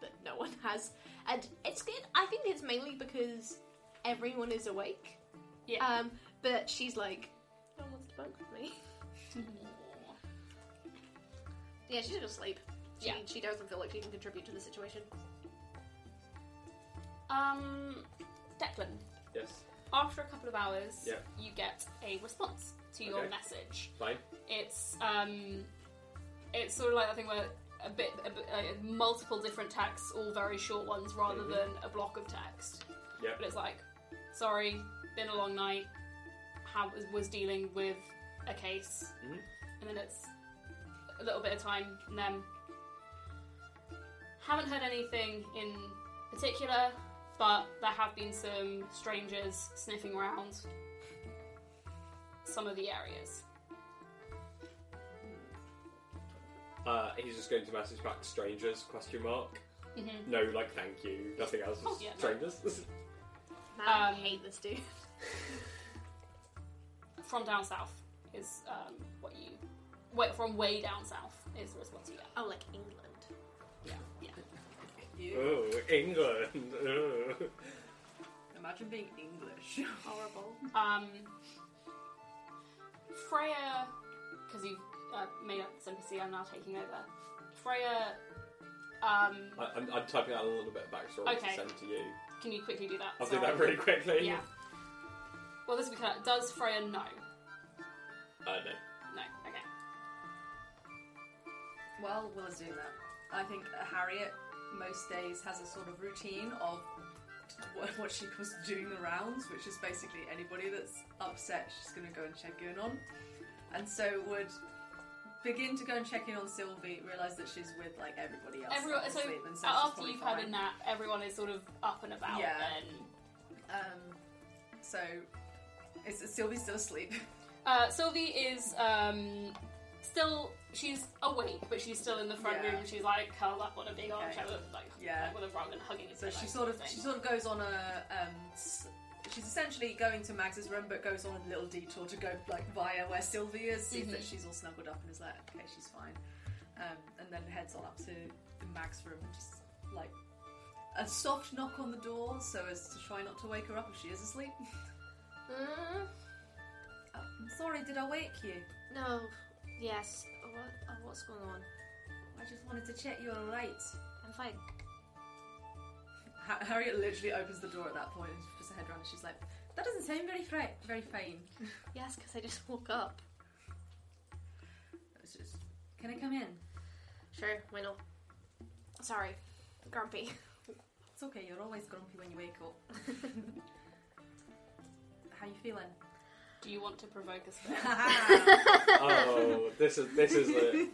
[SPEAKER 4] but no one (laughs) has. And it's good. I think it's mainly because everyone is awake.
[SPEAKER 1] Yeah.
[SPEAKER 4] Um, but she's like, no one wants to bunk with me. (laughs) Yeah, she's gonna sleep. She,
[SPEAKER 1] Yeah.
[SPEAKER 4] she doesn't feel like she can contribute to the situation.
[SPEAKER 1] um, Declan,
[SPEAKER 3] Yes,
[SPEAKER 1] after a couple of hours,
[SPEAKER 3] Yeah.
[SPEAKER 1] you get a response to your
[SPEAKER 3] Okay.
[SPEAKER 1] message.
[SPEAKER 3] fine.
[SPEAKER 1] It's um, it's sort of like that thing where a bit, a bit uh, multiple different texts, all very short ones, rather
[SPEAKER 3] Mhm.
[SPEAKER 1] than a block of text.
[SPEAKER 3] Yeah.
[SPEAKER 1] But it's like, sorry, been a long night. How was, was dealing with a case,
[SPEAKER 3] Mhm.
[SPEAKER 1] and then it's a little bit of time, and then haven't heard anything in particular. But there have been some strangers sniffing around some of the areas.
[SPEAKER 3] Uh, he's just going to message back strangers? Question mark.
[SPEAKER 1] Mhm.
[SPEAKER 3] No, like thank you. Nothing else.
[SPEAKER 1] Oh,
[SPEAKER 3] just
[SPEAKER 1] yeah, no. (laughs)
[SPEAKER 3] strangers.
[SPEAKER 4] Man, I
[SPEAKER 1] Um,
[SPEAKER 4] hate this dude. (laughs)
[SPEAKER 1] From down south is um, what you. Wait, from way down south is the response you get.
[SPEAKER 4] Oh, like England.
[SPEAKER 2] You
[SPEAKER 3] oh, England. (laughs) Oh.
[SPEAKER 2] imagine being English. (laughs)
[SPEAKER 4] Horrible.
[SPEAKER 1] Um, Freya, because you've uh, made up sympathy, I'm now taking over. Freya, um,
[SPEAKER 3] I, I'm, I'm typing out a little bit of backstory
[SPEAKER 1] Okay.
[SPEAKER 3] to send to you.
[SPEAKER 1] can you quickly do that?
[SPEAKER 3] I'll do
[SPEAKER 1] Sorry.
[SPEAKER 3] that really quickly.
[SPEAKER 1] Yeah. Well, this will be cut out. Does Freya know?
[SPEAKER 3] Uh, no.
[SPEAKER 1] No. Okay.
[SPEAKER 2] well, Will is doing that. I think Harriet most days has a sort of routine of what, what she calls doing the rounds, which is basically anybody that's upset, she's going to go and check in on. And so would begin to go and check in on Sylvie, realise that she's with like everybody else.
[SPEAKER 1] Everyone-
[SPEAKER 2] that's
[SPEAKER 1] so
[SPEAKER 2] asleep, and so she's
[SPEAKER 1] After
[SPEAKER 2] probably
[SPEAKER 1] you've
[SPEAKER 2] fine.
[SPEAKER 1] had a nap, everyone is sort of up and about.
[SPEAKER 2] Yeah.
[SPEAKER 1] Then.
[SPEAKER 2] Um, so is is Sylvie still asleep? (laughs)
[SPEAKER 1] Uh, Sylvie is um, still she's awake, but she's still in the front
[SPEAKER 2] Yeah.
[SPEAKER 1] room. She's like curled up on a big arm
[SPEAKER 2] Okay.
[SPEAKER 1] chair, with, like,
[SPEAKER 2] Yeah.
[SPEAKER 1] like, with a rug and hugging. his
[SPEAKER 2] So
[SPEAKER 1] pillow
[SPEAKER 2] she sort of
[SPEAKER 1] thing.
[SPEAKER 2] she sort of goes on a um, s- she's essentially going to Mags's room, but goes on a little detour to go like via where Sylvie is, sees that
[SPEAKER 1] Mhm.
[SPEAKER 2] she's all snuggled up, and is like, okay, she's fine, um, and then heads on up to the Mag's room, and just like a soft knock on the door, so as to try not to wake her up if she is asleep.
[SPEAKER 4] Mm,
[SPEAKER 2] Oh, I'm sorry, did I wake you?
[SPEAKER 4] no. Yes. Oh, What, oh, what's going on?
[SPEAKER 2] I just wanted to check you're alright.
[SPEAKER 4] I'm fine.
[SPEAKER 2] Ha- Harriet literally opens the door at that point and she puts her head around and she's like, that doesn't sound very fri- very fine.
[SPEAKER 4] Yes, because I just woke up.
[SPEAKER 2] It's just, Can I come in?
[SPEAKER 4] Sure, why not? Sorry, grumpy.
[SPEAKER 2] It's okay, you're always grumpy when you wake up. (laughs) How you feeling? (laughs)
[SPEAKER 1] Do you want to provoke us? (laughs) further?
[SPEAKER 3] Oh, this is this is
[SPEAKER 4] (laughs)
[SPEAKER 3] the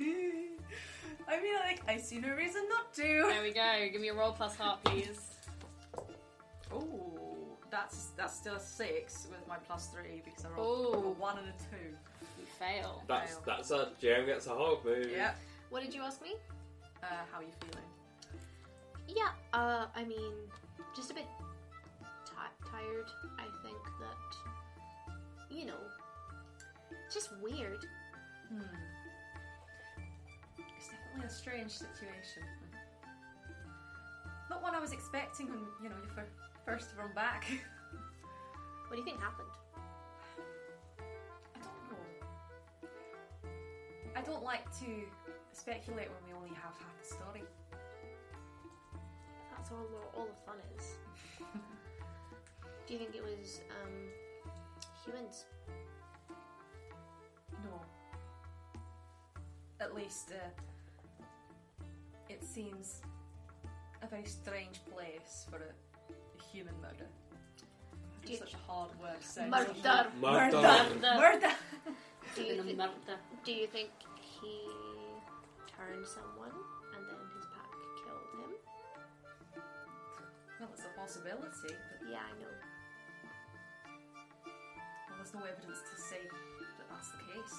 [SPEAKER 2] I mean, like, I see no reason not to.
[SPEAKER 1] there we go. Give me a roll plus heart, please.
[SPEAKER 2] Oh, that's that's still a six with my plus three because I
[SPEAKER 1] rolled- I rolled
[SPEAKER 2] one and a two.
[SPEAKER 1] You fail.
[SPEAKER 3] that's that's a Jeremy gets a hog move.
[SPEAKER 2] Yeah.
[SPEAKER 4] What did you ask me?
[SPEAKER 2] Uh, how are you feeling?
[SPEAKER 4] Yeah, uh, I mean, just a bit ti tired. I think that, you know, it's just weird.
[SPEAKER 2] Hmm. It's definitely a strange situation. Not one I was expecting when, you know, you fir- first run back. (laughs)
[SPEAKER 4] What do you think happened?
[SPEAKER 2] I don't know. I don't like to speculate when we only have half a story.
[SPEAKER 4] That's all all the fun (laughs) is. do you think it was um, humans?
[SPEAKER 2] No. At least, uh, it seems a very strange place for a, a human murder.
[SPEAKER 4] Do you-
[SPEAKER 2] Such a hard word to say.
[SPEAKER 4] Murder.
[SPEAKER 3] Murder.
[SPEAKER 2] Murder.
[SPEAKER 4] Do
[SPEAKER 1] In
[SPEAKER 4] you,
[SPEAKER 1] a
[SPEAKER 4] thi-
[SPEAKER 1] meltdown.
[SPEAKER 4] do you think he turned someone and then his pack killed him?
[SPEAKER 2] Well, it's a possibility, but
[SPEAKER 4] Yeah, I know.
[SPEAKER 2] well, there's no evidence to say that that's the case.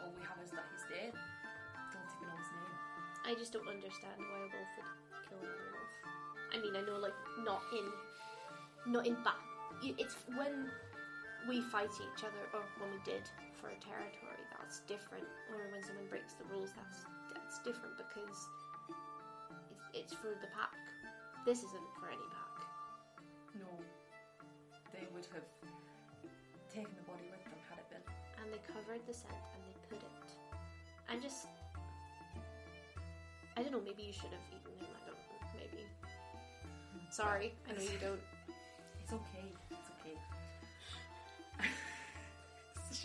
[SPEAKER 2] All we have is that he's dead. Don't even know his name.
[SPEAKER 4] I just don't understand why a wolf would kill another wolf. I mean, I know, like, not in, not in bat. It's when we fight each other, or when we did for a territory, that's different. Or when someone breaks the rules, that's that's different because it's, it's for the pack. This isn't for any pack.
[SPEAKER 2] No. They would have taken the body with them had it been.
[SPEAKER 4] And they covered the scent and they put it. I'm just, I don't know. Maybe you should have eaten him. I don't know. Maybe. Sorry, I know you don't.
[SPEAKER 2] It's okay. It's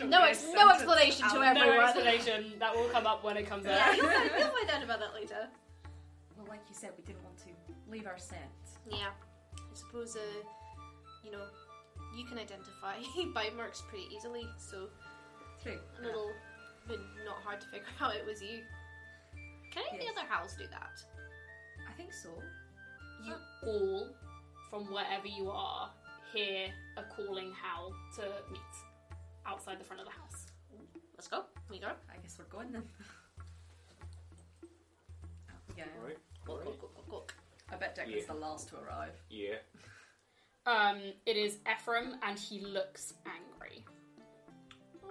[SPEAKER 2] (laughs) okay.
[SPEAKER 4] No ex- no explanation to
[SPEAKER 2] it.
[SPEAKER 1] No
[SPEAKER 4] Everyone.
[SPEAKER 1] explanation. That will come up when it comes
[SPEAKER 4] Yeah,
[SPEAKER 1] up.
[SPEAKER 4] you'll, find- you'll find out about that later.
[SPEAKER 2] Well, like you said, we didn't want to leave our scent.
[SPEAKER 4] Yeah, I suppose, uh, you know, you can identify (laughs) bite marks pretty easily, so
[SPEAKER 2] True.
[SPEAKER 4] a little bit not hard to figure (laughs) out it was you. Can any
[SPEAKER 2] Yes.
[SPEAKER 4] of the other house do that?
[SPEAKER 2] I think so.
[SPEAKER 1] (laughs) You all, from wherever you are, hear a calling howl to meet outside the front of the house.
[SPEAKER 4] Let's go. We go.
[SPEAKER 2] I guess we're going (laughs) then. yeah.
[SPEAKER 3] Right.
[SPEAKER 4] Go, go, go, go, go.
[SPEAKER 2] I bet Declan's
[SPEAKER 3] Yeah.
[SPEAKER 2] the last to arrive.
[SPEAKER 3] Yeah.
[SPEAKER 1] Um, it is Ephraim, and he looks angry.
[SPEAKER 2] Oh.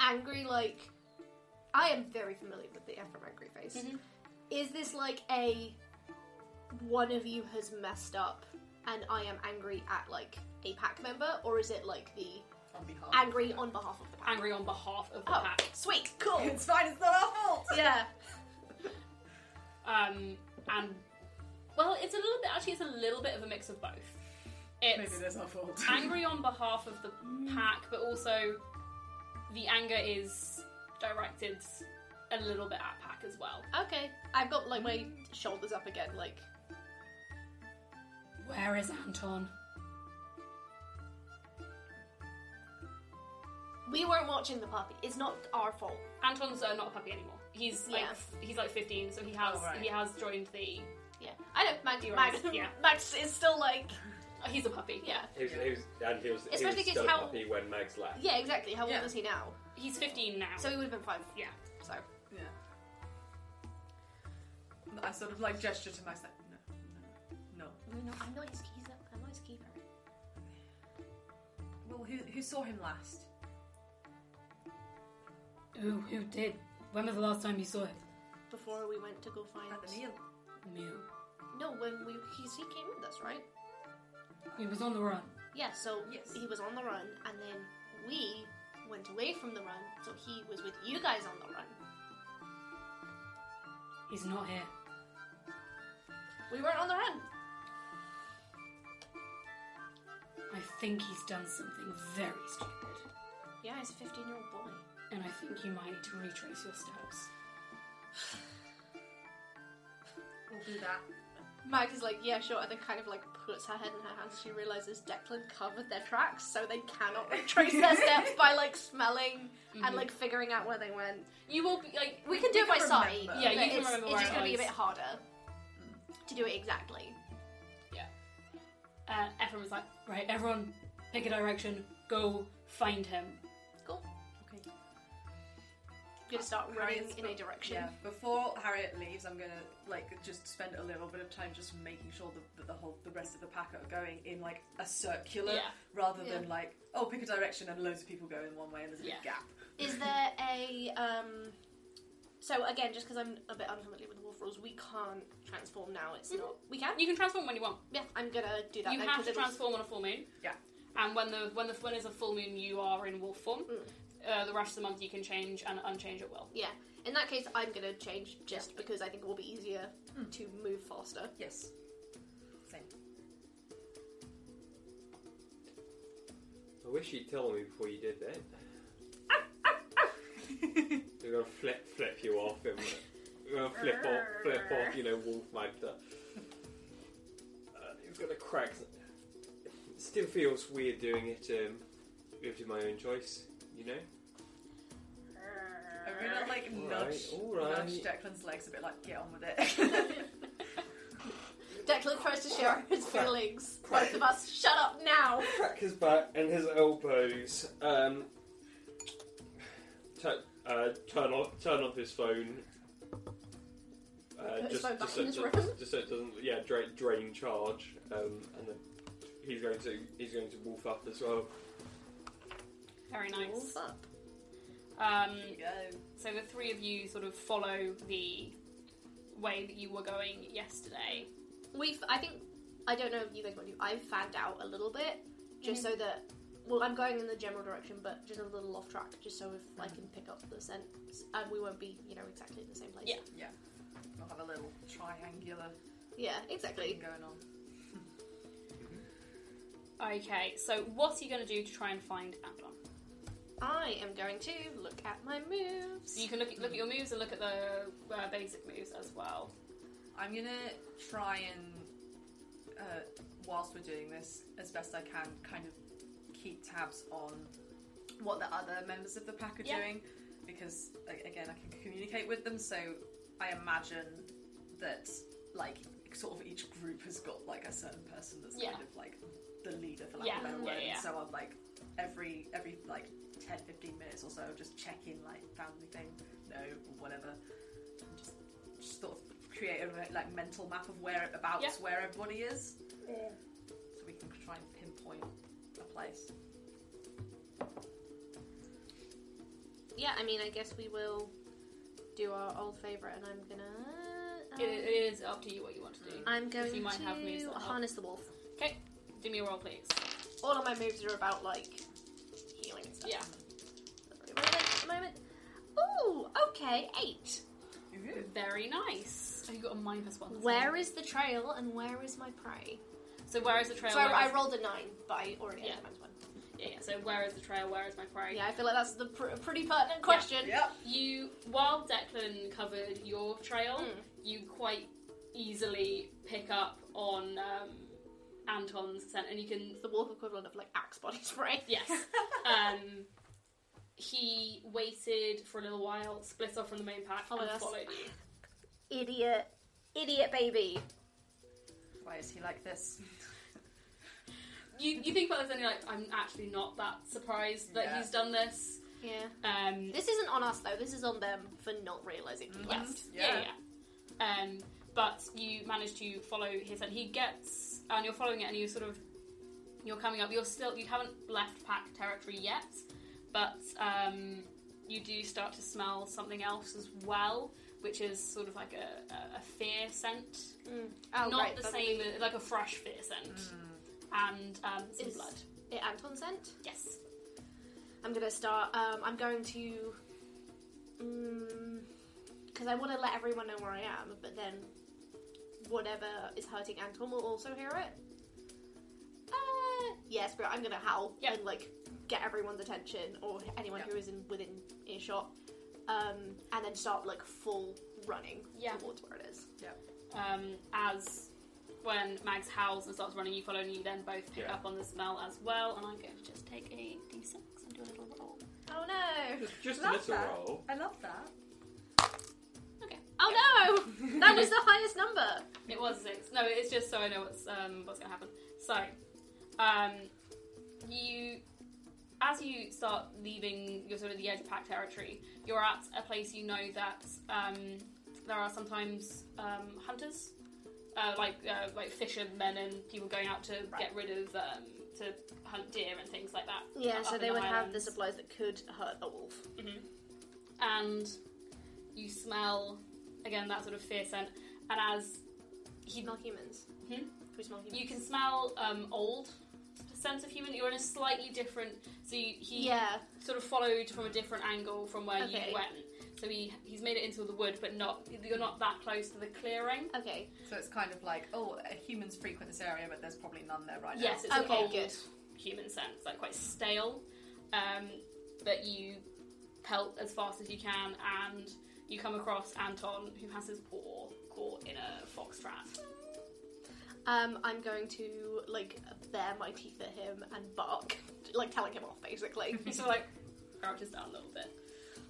[SPEAKER 4] Angry, like. I am very familiar with the Ephraim angry face.
[SPEAKER 1] Mhm.
[SPEAKER 4] Is this like a. One of you has messed up and I am angry at, like, a pack member? Or is it like the
[SPEAKER 2] On behalf.
[SPEAKER 4] angry on behalf of the pack?
[SPEAKER 1] Angry on behalf of the
[SPEAKER 4] Oh,
[SPEAKER 1] pack.
[SPEAKER 4] sweet, cool. (laughs)
[SPEAKER 2] It's fine. It's not our fault.
[SPEAKER 4] yeah.
[SPEAKER 1] Um, and well, it's a little bit. Actually, it's a little bit of a mix of both.
[SPEAKER 2] Maybe
[SPEAKER 1] It's
[SPEAKER 2] it is our fault.
[SPEAKER 1] angry on behalf of the
[SPEAKER 4] Mm.
[SPEAKER 1] pack, but also the anger is directed a little bit at pack as well.
[SPEAKER 4] Okay. I've got like my shoulders up again, like
[SPEAKER 5] Where is Anton?
[SPEAKER 4] We weren't watching the puppy. It's not our fault.
[SPEAKER 1] Anton's uh, not a puppy anymore. He's like
[SPEAKER 4] Yeah.
[SPEAKER 1] f- he's like 15, so he has
[SPEAKER 2] Oh, right.
[SPEAKER 1] he has joined the.
[SPEAKER 4] Yeah, I know. Max,
[SPEAKER 1] You're
[SPEAKER 4] Max, (laughs)
[SPEAKER 1] right, yeah.
[SPEAKER 4] Max is still like,
[SPEAKER 1] uh, He's a puppy.
[SPEAKER 4] yeah,
[SPEAKER 3] He was, he was, and he was, he was
[SPEAKER 4] Especially 'cause
[SPEAKER 3] still a
[SPEAKER 4] how-
[SPEAKER 3] puppy when Mags left.
[SPEAKER 4] yeah, exactly. How
[SPEAKER 2] Yeah.
[SPEAKER 4] old is he now?
[SPEAKER 1] he's 15 now.
[SPEAKER 4] So he would have been five.
[SPEAKER 1] Yeah.
[SPEAKER 4] So
[SPEAKER 2] I sort of like gesture to myself. No, no, no.
[SPEAKER 4] no, no, I'm not his. He's not, I'm not his keeper.
[SPEAKER 2] Well, who who saw him last?
[SPEAKER 5] Who, who did? When was the last time you saw him?
[SPEAKER 4] Before we went to go find.
[SPEAKER 2] At the meal.
[SPEAKER 5] Mew.
[SPEAKER 4] No, when we he's, he came with us, right?
[SPEAKER 5] He was on the run.
[SPEAKER 4] Yeah. So
[SPEAKER 2] Yes.
[SPEAKER 4] he was on the run, and then we went away from the run. So he was with you guys on the run.
[SPEAKER 5] He's not here.
[SPEAKER 4] We weren't on the run.
[SPEAKER 5] I think he's done something very stupid.
[SPEAKER 4] Yeah, he's a 15 year old boy.
[SPEAKER 5] And I think you might need to retrace your steps.
[SPEAKER 2] We'll do that.
[SPEAKER 4] Mag is like, yeah, sure, and then kind of like puts her head in her hands. She realizes Declan covered their tracks, so they cannot retrace their steps by like smelling and like figuring out where they went.
[SPEAKER 1] you will be like
[SPEAKER 4] We can do it by
[SPEAKER 2] can
[SPEAKER 4] sight.
[SPEAKER 2] remember.
[SPEAKER 1] Yeah, you
[SPEAKER 4] but
[SPEAKER 1] can
[SPEAKER 4] it's,
[SPEAKER 1] remember
[SPEAKER 4] It's
[SPEAKER 1] where
[SPEAKER 4] just
[SPEAKER 1] it
[SPEAKER 4] gonna be a
[SPEAKER 1] was.
[SPEAKER 4] bit harder to do it exactly.
[SPEAKER 1] uh, Ephraim was like
[SPEAKER 5] Right, everyone, pick a direction, go find him.
[SPEAKER 4] Cool.
[SPEAKER 2] Okay.
[SPEAKER 4] I'm gonna start running
[SPEAKER 2] Harriet's
[SPEAKER 4] in
[SPEAKER 2] bu-
[SPEAKER 4] a direction.
[SPEAKER 2] Yeah. Before Harriet leaves, I'm gonna like just spend a little bit of time just making sure that, that the whole the rest of the pack are going in like a circular
[SPEAKER 1] Yeah.
[SPEAKER 2] rather
[SPEAKER 4] Yeah.
[SPEAKER 2] than like oh pick a direction and loads of people go in one way and there's a
[SPEAKER 1] Yeah.
[SPEAKER 2] big gap.
[SPEAKER 4] Is there a um? So again, just because I'm a bit unfamiliar with the wolf rules, we can't transform now. It's not. We can.
[SPEAKER 1] you can transform when you want.
[SPEAKER 4] Mm-hmm. Yeah, I'm gonna do that.
[SPEAKER 1] you
[SPEAKER 4] then,
[SPEAKER 1] have
[SPEAKER 4] 'cause
[SPEAKER 1] to
[SPEAKER 4] it'll-
[SPEAKER 1] transform on a full moon.
[SPEAKER 2] Yeah.
[SPEAKER 1] And when the when the when is a full moon, you are in wolf form.
[SPEAKER 4] Mm.
[SPEAKER 1] Uh, the rest of the month you can change and unchange at will.
[SPEAKER 4] Yeah. In that case, I'm gonna change just because I think it will be easier to move faster.
[SPEAKER 2] Yes. Same.
[SPEAKER 3] I wish you'd tell me before you did
[SPEAKER 4] (laughs)
[SPEAKER 3] that. They're gonna flip flip you off, and we're gonna flip off, flip off, you know, Wolf Magda. Uh, you've got a crack. It still feels weird doing it. Um, after my own choice, you know.
[SPEAKER 2] I'm gonna like
[SPEAKER 3] All
[SPEAKER 2] nudge,
[SPEAKER 3] right, all right.
[SPEAKER 2] nudge Declan's legs a bit, like get on with (laughs) it.
[SPEAKER 4] (laughs) Declan tries to share his
[SPEAKER 3] Crap.
[SPEAKER 4] feelings.
[SPEAKER 3] Crap.
[SPEAKER 4] Both of us, shut up now.
[SPEAKER 3] Crack his back and his elbows. Um, tu- uh, turn off, turn off his phone. Uh,
[SPEAKER 4] Put his
[SPEAKER 3] just,
[SPEAKER 4] phone back
[SPEAKER 3] just, so,
[SPEAKER 4] in his
[SPEAKER 3] just-
[SPEAKER 4] room.
[SPEAKER 3] just so it doesn't, yeah, drain, drain charge. Um, and then he's going to, he's going to wolf up as well.
[SPEAKER 1] Very nice.
[SPEAKER 4] Up.
[SPEAKER 1] Um,
[SPEAKER 2] Go.
[SPEAKER 1] so the three of you sort of follow the way that you were going yesterday.
[SPEAKER 4] We've, I think, I don't know if you guys want to. I've fanned out a little bit, just so that. Well, I'm going in the general direction, but just a little off track, just so if I can pick up the scent, and we won't be, you know, exactly in the same place.
[SPEAKER 1] Yeah.
[SPEAKER 2] We'll have a little triangular
[SPEAKER 4] Yeah,
[SPEAKER 2] thing
[SPEAKER 4] exactly.
[SPEAKER 2] going on.
[SPEAKER 1] Okay, so what are you going to do to try and find Anton?
[SPEAKER 4] I am going to look at my moves.
[SPEAKER 1] So you can look at, look at your moves and look at the uh, basic moves as well.
[SPEAKER 2] I'm gonna try and, uh, whilst we're doing this, as best I can, kind of keep tabs on what the other members of the pack are
[SPEAKER 1] Yeah.
[SPEAKER 2] doing, because a- again, I can communicate with them. So I imagine that, like, sort of each group has got like a certain person that's
[SPEAKER 1] Yeah.
[SPEAKER 2] kind of like the leader, for lack
[SPEAKER 1] Yeah,
[SPEAKER 2] of a better
[SPEAKER 1] yeah,
[SPEAKER 2] word. And
[SPEAKER 1] yeah.
[SPEAKER 2] So I'm like every every like 10, 15 minutes or so, just check in like family thing, no, or whatever. And just, just sort of create a like mental map of where about
[SPEAKER 1] Yeah.
[SPEAKER 2] where everybody is, so we can try and pinpoint a place.
[SPEAKER 4] Yeah, I mean, I guess we will do our old favourite, and I'm gonna. um, uh,
[SPEAKER 1] It, it is up to you what you want to do.
[SPEAKER 4] I'm going
[SPEAKER 1] you might
[SPEAKER 4] to
[SPEAKER 1] have moves that help.
[SPEAKER 4] harness the wolf.
[SPEAKER 1] Give me a roll, please.
[SPEAKER 4] All of my moves are about like healing and stuff.
[SPEAKER 1] Yeah.
[SPEAKER 4] At the moment. Ooh, okay, eight.
[SPEAKER 1] Very nice. Oh, you got a minus one. that's
[SPEAKER 4] Where
[SPEAKER 1] amazing.
[SPEAKER 4] is the trail and where is my prey?
[SPEAKER 1] So where is the trail?
[SPEAKER 4] So
[SPEAKER 1] where
[SPEAKER 4] I,
[SPEAKER 1] is-
[SPEAKER 4] I rolled a nine, but I already
[SPEAKER 1] Yeah.
[SPEAKER 4] had a minus one.
[SPEAKER 1] yeah, yeah. So where is the trail? Where is my prey?
[SPEAKER 4] Yeah, I feel like that's the pr- pretty pertinent question.
[SPEAKER 2] Yep.
[SPEAKER 1] You, while Declan covered your trail,
[SPEAKER 4] Mm.
[SPEAKER 1] you quite easily pick up on um, Anton's scent, and you can
[SPEAKER 4] It's the wolf equivalent of like axe body spray.
[SPEAKER 1] yes, um, he waited for a little while, split off from the main pack,
[SPEAKER 4] Followed
[SPEAKER 1] and
[SPEAKER 4] us.
[SPEAKER 1] followed you.
[SPEAKER 4] (laughs) Idiot. Idiot baby.
[SPEAKER 2] Why is he like this?
[SPEAKER 1] You, you think about this and you're like, I'm actually not that surprised that
[SPEAKER 2] Yeah.
[SPEAKER 1] he's done this.
[SPEAKER 4] Yeah.
[SPEAKER 1] Um,
[SPEAKER 4] This isn't on us though, this is on them for not realising he
[SPEAKER 1] (laughs)
[SPEAKER 4] left.
[SPEAKER 1] Yes.
[SPEAKER 2] Mm-hmm. Yeah.
[SPEAKER 1] Yeah. yeah, Um, but you manage to follow his, and he gets, and you're following it, and you sort of, you're coming up. You're still, you haven't left pack territory yet, but um, you do start to smell something else as well, which is sort of like a, a, a fear scent,
[SPEAKER 4] Mm. Oh,
[SPEAKER 1] not
[SPEAKER 4] right,
[SPEAKER 1] the
[SPEAKER 4] but
[SPEAKER 1] same, like a fresh fear scent, and um, some
[SPEAKER 4] Is-
[SPEAKER 1] blood.
[SPEAKER 4] It Anton sent.
[SPEAKER 1] Yes.
[SPEAKER 4] I'm gonna start. Um, I'm going to, because I want to let everyone know where I am, but then whatever is hurting Anton will also hear it. Uh, yes, but I'm gonna howl
[SPEAKER 1] Yeah.
[SPEAKER 4] and like get everyone's attention or anyone
[SPEAKER 1] Yeah.
[SPEAKER 4] who is in within earshot, um, and then start like full running
[SPEAKER 1] Yeah.
[SPEAKER 4] towards where it is.
[SPEAKER 1] um, as when Mags howls and starts running, you follow, and you then both pick
[SPEAKER 3] Yeah.
[SPEAKER 1] up on the smell as well. And I'm going to just take a d6 and do a little roll.
[SPEAKER 4] Oh no!
[SPEAKER 3] Just, just a
[SPEAKER 2] Love
[SPEAKER 3] little
[SPEAKER 2] that.
[SPEAKER 3] roll.
[SPEAKER 2] I love that.
[SPEAKER 1] Okay,
[SPEAKER 4] Oh no! that was the highest number.
[SPEAKER 1] it was a six. No, it's just so I know what's um, what's going to happen. So, um, you, as you start leaving your sort of the edge pack territory, you're at a place you know that um, there are sometimes um, hunters, uh, like uh, like fishermen and people going out to
[SPEAKER 4] Right.
[SPEAKER 1] get rid of um, to hunt deer and things like that.
[SPEAKER 4] Yeah,
[SPEAKER 1] up
[SPEAKER 4] so
[SPEAKER 1] in
[SPEAKER 4] they
[SPEAKER 1] the
[SPEAKER 4] would have the
[SPEAKER 1] highlands.
[SPEAKER 4] supplies that could hurt a wolf.
[SPEAKER 1] and you smell again that sort of fear scent. And as he,
[SPEAKER 4] Smell humans.
[SPEAKER 1] Hmm?
[SPEAKER 4] We smell humans.
[SPEAKER 1] you can smell um, old sense of human. You're in a slightly different. So you, he
[SPEAKER 4] Yeah,
[SPEAKER 1] sort of followed from a different angle from where
[SPEAKER 4] Okay.
[SPEAKER 1] you went. So he he's made it into the wood, but not you're not that close to the clearing.
[SPEAKER 4] okay.
[SPEAKER 2] So it's kind of like, oh, uh, humans frequent this area, but there's probably none there right
[SPEAKER 1] Yes,
[SPEAKER 2] now.
[SPEAKER 1] it's
[SPEAKER 4] Okay,
[SPEAKER 1] an old
[SPEAKER 4] good.
[SPEAKER 1] human scent, like quite stale. Um, but you pelt as fast as you can, and you come across Anton, who has his paw caught in a fox trap.
[SPEAKER 4] Um, I'm going to, like, bare my teeth at him and bark. Like, telling him off,
[SPEAKER 1] (laughs)
[SPEAKER 4] basically.
[SPEAKER 1] He's sort of like crouches down a little bit.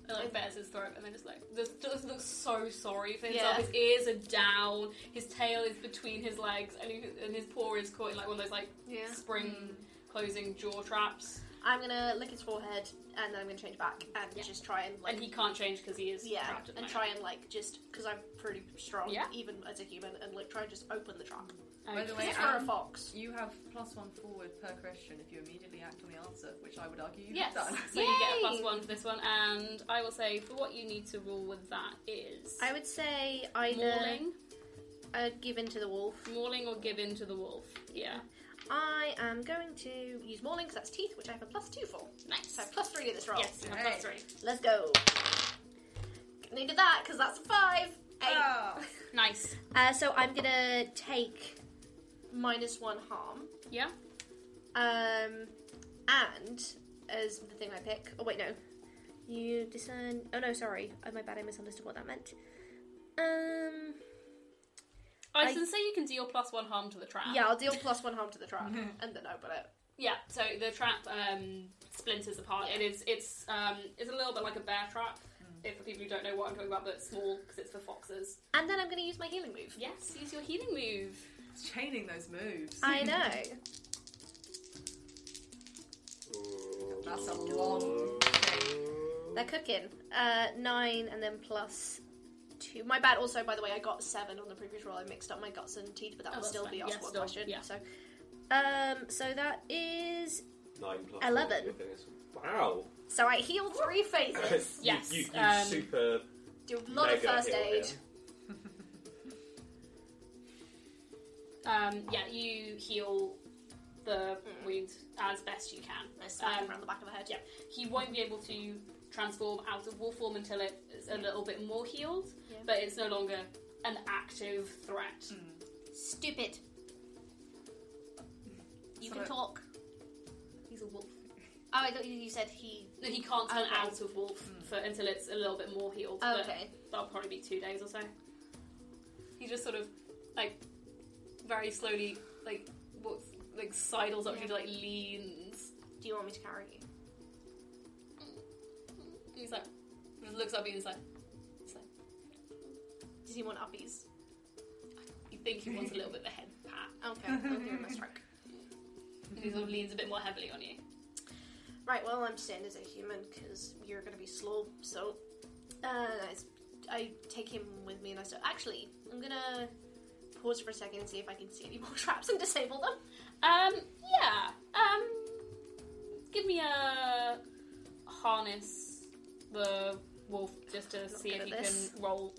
[SPEAKER 1] And like bears his throat, and then just like just, just looks so sorry for himself.
[SPEAKER 4] Yeah.
[SPEAKER 1] His ears are down, his tail is between his legs, and, he, and his paw is caught in like one of those like
[SPEAKER 4] yeah. Mm.
[SPEAKER 1] spring closing jaw traps.
[SPEAKER 4] I'm gonna lick his forehead and then I'm gonna change back and
[SPEAKER 1] Yeah.
[SPEAKER 4] just try and, like,
[SPEAKER 1] And he can't change because he is
[SPEAKER 4] yeah,
[SPEAKER 1] trapped. At the moment.
[SPEAKER 4] and try and, like, just, because I'm pretty strong,
[SPEAKER 1] Yeah.
[SPEAKER 4] even as a human, and, like, try and just open the trap.
[SPEAKER 1] Um,
[SPEAKER 2] By the way,
[SPEAKER 4] Because we're a
[SPEAKER 2] um,
[SPEAKER 4] fox.
[SPEAKER 2] You have plus one forward per question if you immediately act on the answer, which I would argue you
[SPEAKER 1] yes.
[SPEAKER 2] have done. (laughs)
[SPEAKER 1] So you get a plus
[SPEAKER 4] Yay!
[SPEAKER 1] one for this one, and I will say for what you need to rule with that is
[SPEAKER 4] I would say either
[SPEAKER 1] mauling,
[SPEAKER 4] I'd give in to the wolf.
[SPEAKER 1] mauling or give in to the wolf. Yeah,
[SPEAKER 4] I am going to use mauling because that's teeth, which I have a plus two for.
[SPEAKER 1] nice.
[SPEAKER 4] So plus three to this roll.
[SPEAKER 1] Yes, you have
[SPEAKER 2] Hey.
[SPEAKER 1] plus three.
[SPEAKER 4] Let's go. Needed that because that's a five. Eight.
[SPEAKER 2] Ah.
[SPEAKER 1] Nice.
[SPEAKER 4] Uh, so I'm gonna take minus one harm.
[SPEAKER 1] Yeah.
[SPEAKER 4] Um, and as the thing I pick. Oh wait, no. You discern. Oh no, sorry. Oh my bad. I misunderstood what that meant. Um.
[SPEAKER 1] I,
[SPEAKER 4] I-
[SPEAKER 1] can say you can deal plus one harm to the trap.
[SPEAKER 4] Yeah, I'll deal plus one harm to the trap and then open it.
[SPEAKER 1] Yeah. So the trap um, splinters apart. It is. It's. Um, it's a little bit like a bear trap. If for people who don't know what I'm talking about, but it's small because it's for foxes.
[SPEAKER 4] And then I'm gonna use my healing move.
[SPEAKER 1] Yes. Use your healing move.
[SPEAKER 2] Chaining those moves. (laughs)
[SPEAKER 4] I know.
[SPEAKER 2] That's a long
[SPEAKER 4] They're cooking. Uh, nine and then plus two. My bad. Also, by the way, I got seven on the previous roll. I mixed up my guts and teeth, but that
[SPEAKER 1] Oh,
[SPEAKER 4] was
[SPEAKER 1] that's
[SPEAKER 4] still
[SPEAKER 1] fine.
[SPEAKER 4] the
[SPEAKER 1] Yeah,
[SPEAKER 4] ask one
[SPEAKER 1] still,
[SPEAKER 4] question.
[SPEAKER 1] yeah.
[SPEAKER 4] So, um, so that is.
[SPEAKER 3] Nine plus
[SPEAKER 4] Eleven.
[SPEAKER 3] four, I think it's- Wow. (laughs)
[SPEAKER 4] So I heal three phases.
[SPEAKER 1] Yes,
[SPEAKER 3] You, you, you
[SPEAKER 1] um,
[SPEAKER 3] super.
[SPEAKER 4] Do a lot of
[SPEAKER 3] mega
[SPEAKER 4] first
[SPEAKER 3] heal
[SPEAKER 4] aid.
[SPEAKER 3] him.
[SPEAKER 1] Um, yeah. You heal the wound as best you can.
[SPEAKER 4] I smack him
[SPEAKER 1] Um,
[SPEAKER 4] around the back of the head.
[SPEAKER 1] yeah. He won't be able to transform out of wolf form until it's a little bit more healed,
[SPEAKER 4] Yeah.
[SPEAKER 1] but it's no longer an active threat.
[SPEAKER 4] Stupid. You
[SPEAKER 2] So-
[SPEAKER 4] can talk.
[SPEAKER 1] He's a wolf.
[SPEAKER 4] Oh, I thought you you said he.
[SPEAKER 1] No, he can't turn
[SPEAKER 4] Okay.
[SPEAKER 1] out of wolf for until it's a little bit more healed.
[SPEAKER 4] Oh,
[SPEAKER 1] but
[SPEAKER 4] okay.
[SPEAKER 1] That'll probably be two days or so. He just sort of like very slowly like walks like sidles up to
[SPEAKER 4] Yeah.
[SPEAKER 1] you like leans.
[SPEAKER 4] Do you want me to carry you?
[SPEAKER 1] he's like, and looks up and he's like, he's like,
[SPEAKER 4] Does he want uppies?
[SPEAKER 1] you think he wants a little bit of a head pat.
[SPEAKER 4] Okay, I'll give him a stroke.
[SPEAKER 1] And he
[SPEAKER 4] Mm-hmm.
[SPEAKER 1] sort of leans a bit more heavily on you.
[SPEAKER 4] Right, well, I'm standing as a human because you're going to be slow, so. Uh, I, s- I take him with me and I say, actually, I'm going to pause for a second and see if I can see any (laughs) more traps and disable them.
[SPEAKER 1] Um, yeah. Um, give me a harness the wolf just to see
[SPEAKER 4] good
[SPEAKER 1] if
[SPEAKER 4] at
[SPEAKER 1] you
[SPEAKER 4] this.
[SPEAKER 1] can roll.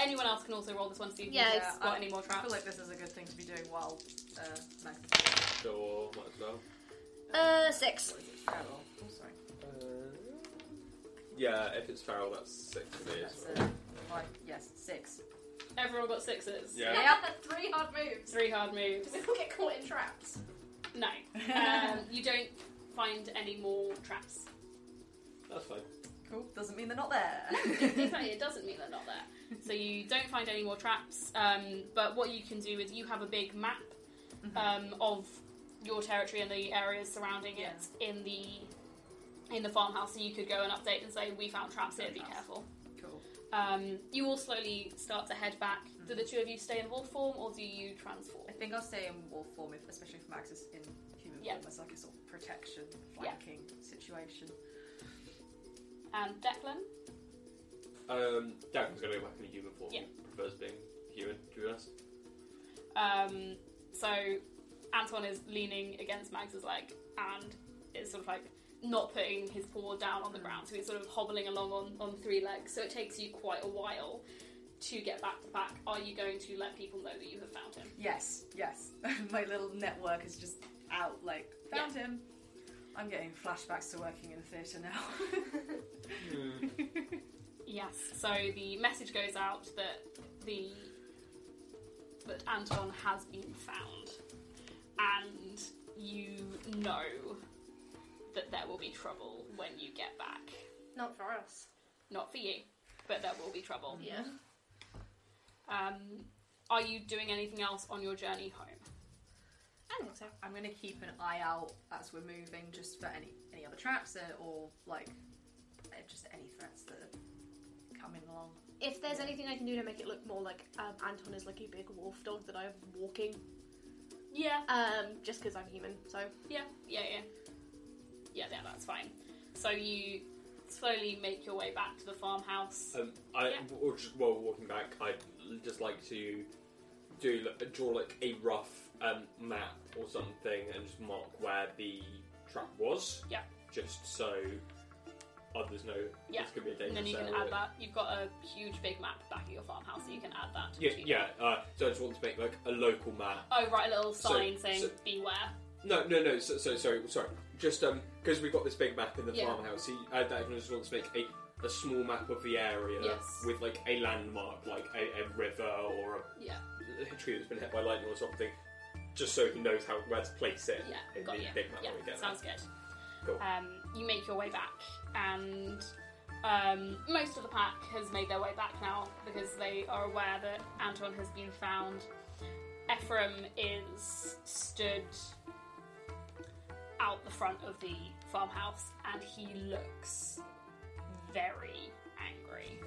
[SPEAKER 1] Anyone else can also roll this one to see if
[SPEAKER 4] Yeah,
[SPEAKER 1] you
[SPEAKER 2] it's-
[SPEAKER 1] can spot
[SPEAKER 2] I-
[SPEAKER 1] any more
[SPEAKER 2] I
[SPEAKER 1] traps.
[SPEAKER 2] feel like this is a good thing to be doing while uh, Max
[SPEAKER 3] Sure, might as well.
[SPEAKER 4] Uh, six.
[SPEAKER 2] travel. Oh, sorry.
[SPEAKER 3] Uh, yeah, if it's feral, that's six for me as
[SPEAKER 2] That's
[SPEAKER 3] well.
[SPEAKER 2] uh, five. Yes, six.
[SPEAKER 1] Everyone got sixes.
[SPEAKER 3] Yeah.
[SPEAKER 4] (laughs) Three hard moves.
[SPEAKER 1] Three hard moves.
[SPEAKER 4] We will get caught in traps.
[SPEAKER 1] No. Um, you don't find any more traps.
[SPEAKER 3] That's fine.
[SPEAKER 2] (laughs) Cool. Doesn't mean they're not there.
[SPEAKER 1] Exactly, it doesn't mean they're not there. So you don't find any more traps. Um, but what you can do is you have a big map
[SPEAKER 2] Mm-hmm.
[SPEAKER 1] um, of your territory and the areas surrounding
[SPEAKER 2] Yeah.
[SPEAKER 1] it in the in the farmhouse. So you could go and update and say we found traps here. Be
[SPEAKER 2] Farmhouse.
[SPEAKER 1] careful.
[SPEAKER 2] cool.
[SPEAKER 1] Um, you all slowly start to head back. Do
[SPEAKER 2] Mm-hmm.
[SPEAKER 1] the two of you stay in wolf form or do you transform?
[SPEAKER 2] I think I'll stay in wolf form, if, especially if Max is in human
[SPEAKER 1] Yeah.
[SPEAKER 2] form. It's like a sort of protection, flanking situation.
[SPEAKER 1] And Declan,
[SPEAKER 3] Um, Dagon's gonna go back in human form.
[SPEAKER 1] Yeah.
[SPEAKER 3] Prefers being human, to be honest.
[SPEAKER 1] um, so Anton is leaning against Mags's leg and is sort of like not putting his paw down on the ground. So he's sort of hobbling along on, on three legs. So it takes you quite a while to get back to back. Are you going to let people know that you have found him?
[SPEAKER 2] Yes, yes. (laughs) My little network is just out. Like found him. I'm getting flashbacks to working in a theatre now. (laughs)
[SPEAKER 1] Hmm. Yes. So the message goes out that the that Anton has been found, and you know that there will be trouble when you get back.
[SPEAKER 4] Not for us.
[SPEAKER 1] Not for you, but there will be trouble.
[SPEAKER 4] Yeah.
[SPEAKER 1] Um, are you doing anything else on your journey home?
[SPEAKER 4] I don't think so.
[SPEAKER 2] I'm gonna keep an eye out as we're moving, just for any any other traps uh, or like uh, just any threats that are coming along.
[SPEAKER 4] If there's anything I can do to make it look more like um, Anton is like a big wolf dog that I'm walking,
[SPEAKER 1] Yeah,
[SPEAKER 4] um, just because I'm human, so.
[SPEAKER 1] yeah, yeah, yeah, yeah. Yeah, that's fine. So you slowly make your way back to the farmhouse.
[SPEAKER 3] Um, I
[SPEAKER 1] Yeah.
[SPEAKER 3] or just while we're walking back, I'd l- just like to do like, draw like a rough um, map or something and just mark where the trap was.
[SPEAKER 1] Yeah.
[SPEAKER 3] Just so others know
[SPEAKER 1] Yeah.
[SPEAKER 3] this could be a dangerous
[SPEAKER 1] And then you can
[SPEAKER 3] area.
[SPEAKER 1] add that. You've got a huge big map back at your farmhouse, so you can add that. to
[SPEAKER 3] Yeah,
[SPEAKER 1] your-
[SPEAKER 3] yeah. Uh, so I just want to make like a local map.
[SPEAKER 1] Oh, right, a little
[SPEAKER 3] So-
[SPEAKER 1] sign saying
[SPEAKER 3] so-
[SPEAKER 1] "Beware."
[SPEAKER 3] No, no, no. So, so sorry, sorry. Just um, because we've got this big map in the
[SPEAKER 1] Yeah.
[SPEAKER 3] farmhouse. He, uh, that everyone just wants to make a, a small map of the area
[SPEAKER 1] Yes.
[SPEAKER 3] with like a landmark, like a, a river or a
[SPEAKER 1] Yeah,
[SPEAKER 3] a tree that's been hit by lightning or something, just so he knows how where to place it
[SPEAKER 1] yeah,
[SPEAKER 3] in
[SPEAKER 1] got
[SPEAKER 3] the
[SPEAKER 1] you.
[SPEAKER 3] big map
[SPEAKER 1] Yeah,
[SPEAKER 3] when we get there.
[SPEAKER 1] sounds good.
[SPEAKER 3] Cool.
[SPEAKER 1] Um, you make your way back, and um, most of the pack has made their way back now because they are aware that Anton has been found. Ephraim is stood out the front of the farmhouse, and he looks very angry.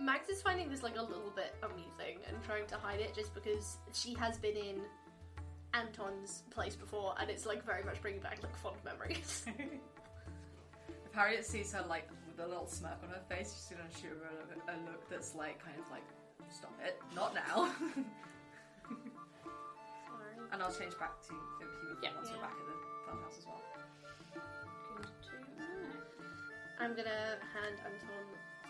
[SPEAKER 4] Max is finding this like a little bit amusing and trying to hide it just because she has been in Anton's place before and it's like very much bringing back like fond (laughs) memories.
[SPEAKER 2] If Harriet sees her like with a little smirk on her face, she's gonna shoot her a, a look that's like kind of like, stop it, not now. (laughs)
[SPEAKER 4] Sorry.
[SPEAKER 2] and I'll change back to the human
[SPEAKER 1] Yeah.
[SPEAKER 2] form once we're
[SPEAKER 4] Yeah.
[SPEAKER 2] back at the farmhouse as well.
[SPEAKER 4] I'm gonna hand Anton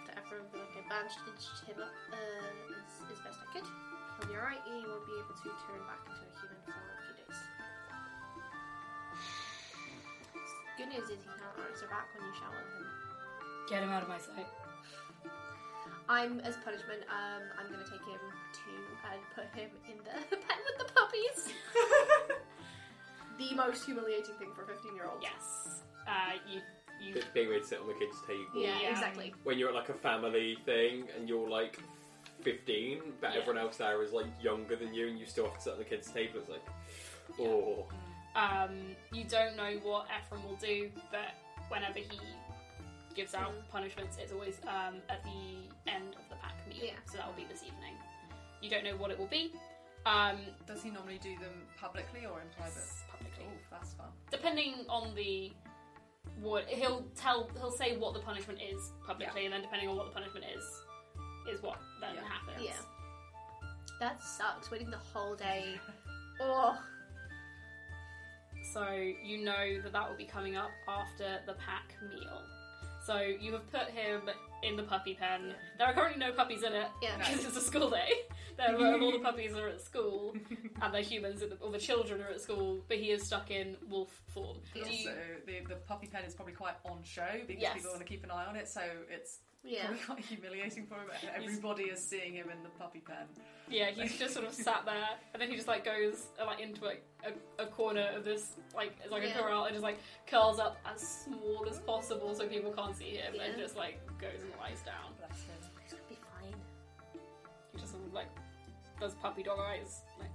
[SPEAKER 4] to Ephraim with like a bandage him up uh, as, as best I could. He'll be alright, he will be able to turn back into a human for a few days. Good news is he can't answer back when you shower him.
[SPEAKER 5] Get him out of my sight.
[SPEAKER 4] I'm as punishment. Um, I'm gonna take him to and put him in the (laughs) pen with the (laughs) puppies. the most humiliating thing for a 15 year old.
[SPEAKER 1] Yes, uh, you you
[SPEAKER 3] It's being way to sit on the kids' table.
[SPEAKER 4] Yeah,
[SPEAKER 1] Yeah.
[SPEAKER 4] exactly.
[SPEAKER 3] When you're at like a family thing and you're like 15, but
[SPEAKER 1] Yeah.
[SPEAKER 3] everyone else there is like younger than you and you still have to sit at the kids' table, it's like,
[SPEAKER 1] Yeah.
[SPEAKER 3] oh.
[SPEAKER 1] Um, you don't know what Ephraim will do, but whenever he gives out punishments. It's always um, at the end of the pack meal.
[SPEAKER 4] Yeah.
[SPEAKER 1] So that will be this evening. You don't know what it will be. Um,
[SPEAKER 2] Does he normally do them publicly or in private?
[SPEAKER 1] publicly.
[SPEAKER 2] Oh, that's fun.
[SPEAKER 1] Depending on the what he'll tell, he'll say what the punishment is publicly, and then depending on what the punishment is, is what then
[SPEAKER 2] Yeah.
[SPEAKER 1] happens.
[SPEAKER 4] Yeah. That sucks. Waiting the whole day. Oh,
[SPEAKER 1] So you know that that will be coming up after the pack meal. So you have put him in the puppy pen. There are currently no puppies in it
[SPEAKER 4] yeah.
[SPEAKER 2] No.
[SPEAKER 1] because it's a school day. (laughs) There are, all the puppies are at
[SPEAKER 4] (laughs)
[SPEAKER 1] school, and the humans, and the, all the children are at school. But he is stuck in wolf form. Do
[SPEAKER 2] And
[SPEAKER 1] you-
[SPEAKER 2] Also, the, the puppy pen is probably quite on show because
[SPEAKER 1] Yes.
[SPEAKER 2] people want to keep an eye on it, so it's
[SPEAKER 4] Yeah.
[SPEAKER 2] probably (laughs) quite humiliating for him. Everybody is seeing him in the puppy pen.
[SPEAKER 1] yeah, he's just sort of sat there, and then he just like goes uh, like into a, a, a corner of this like it's like
[SPEAKER 4] Yeah.
[SPEAKER 1] a corral, and just like curls up as small as possible so people can't see him, and
[SPEAKER 4] Yeah.
[SPEAKER 1] just like goes and lies down.
[SPEAKER 2] Bless him.
[SPEAKER 4] It's gonna be fine.
[SPEAKER 1] He just sort of like does puppy dog eyes, like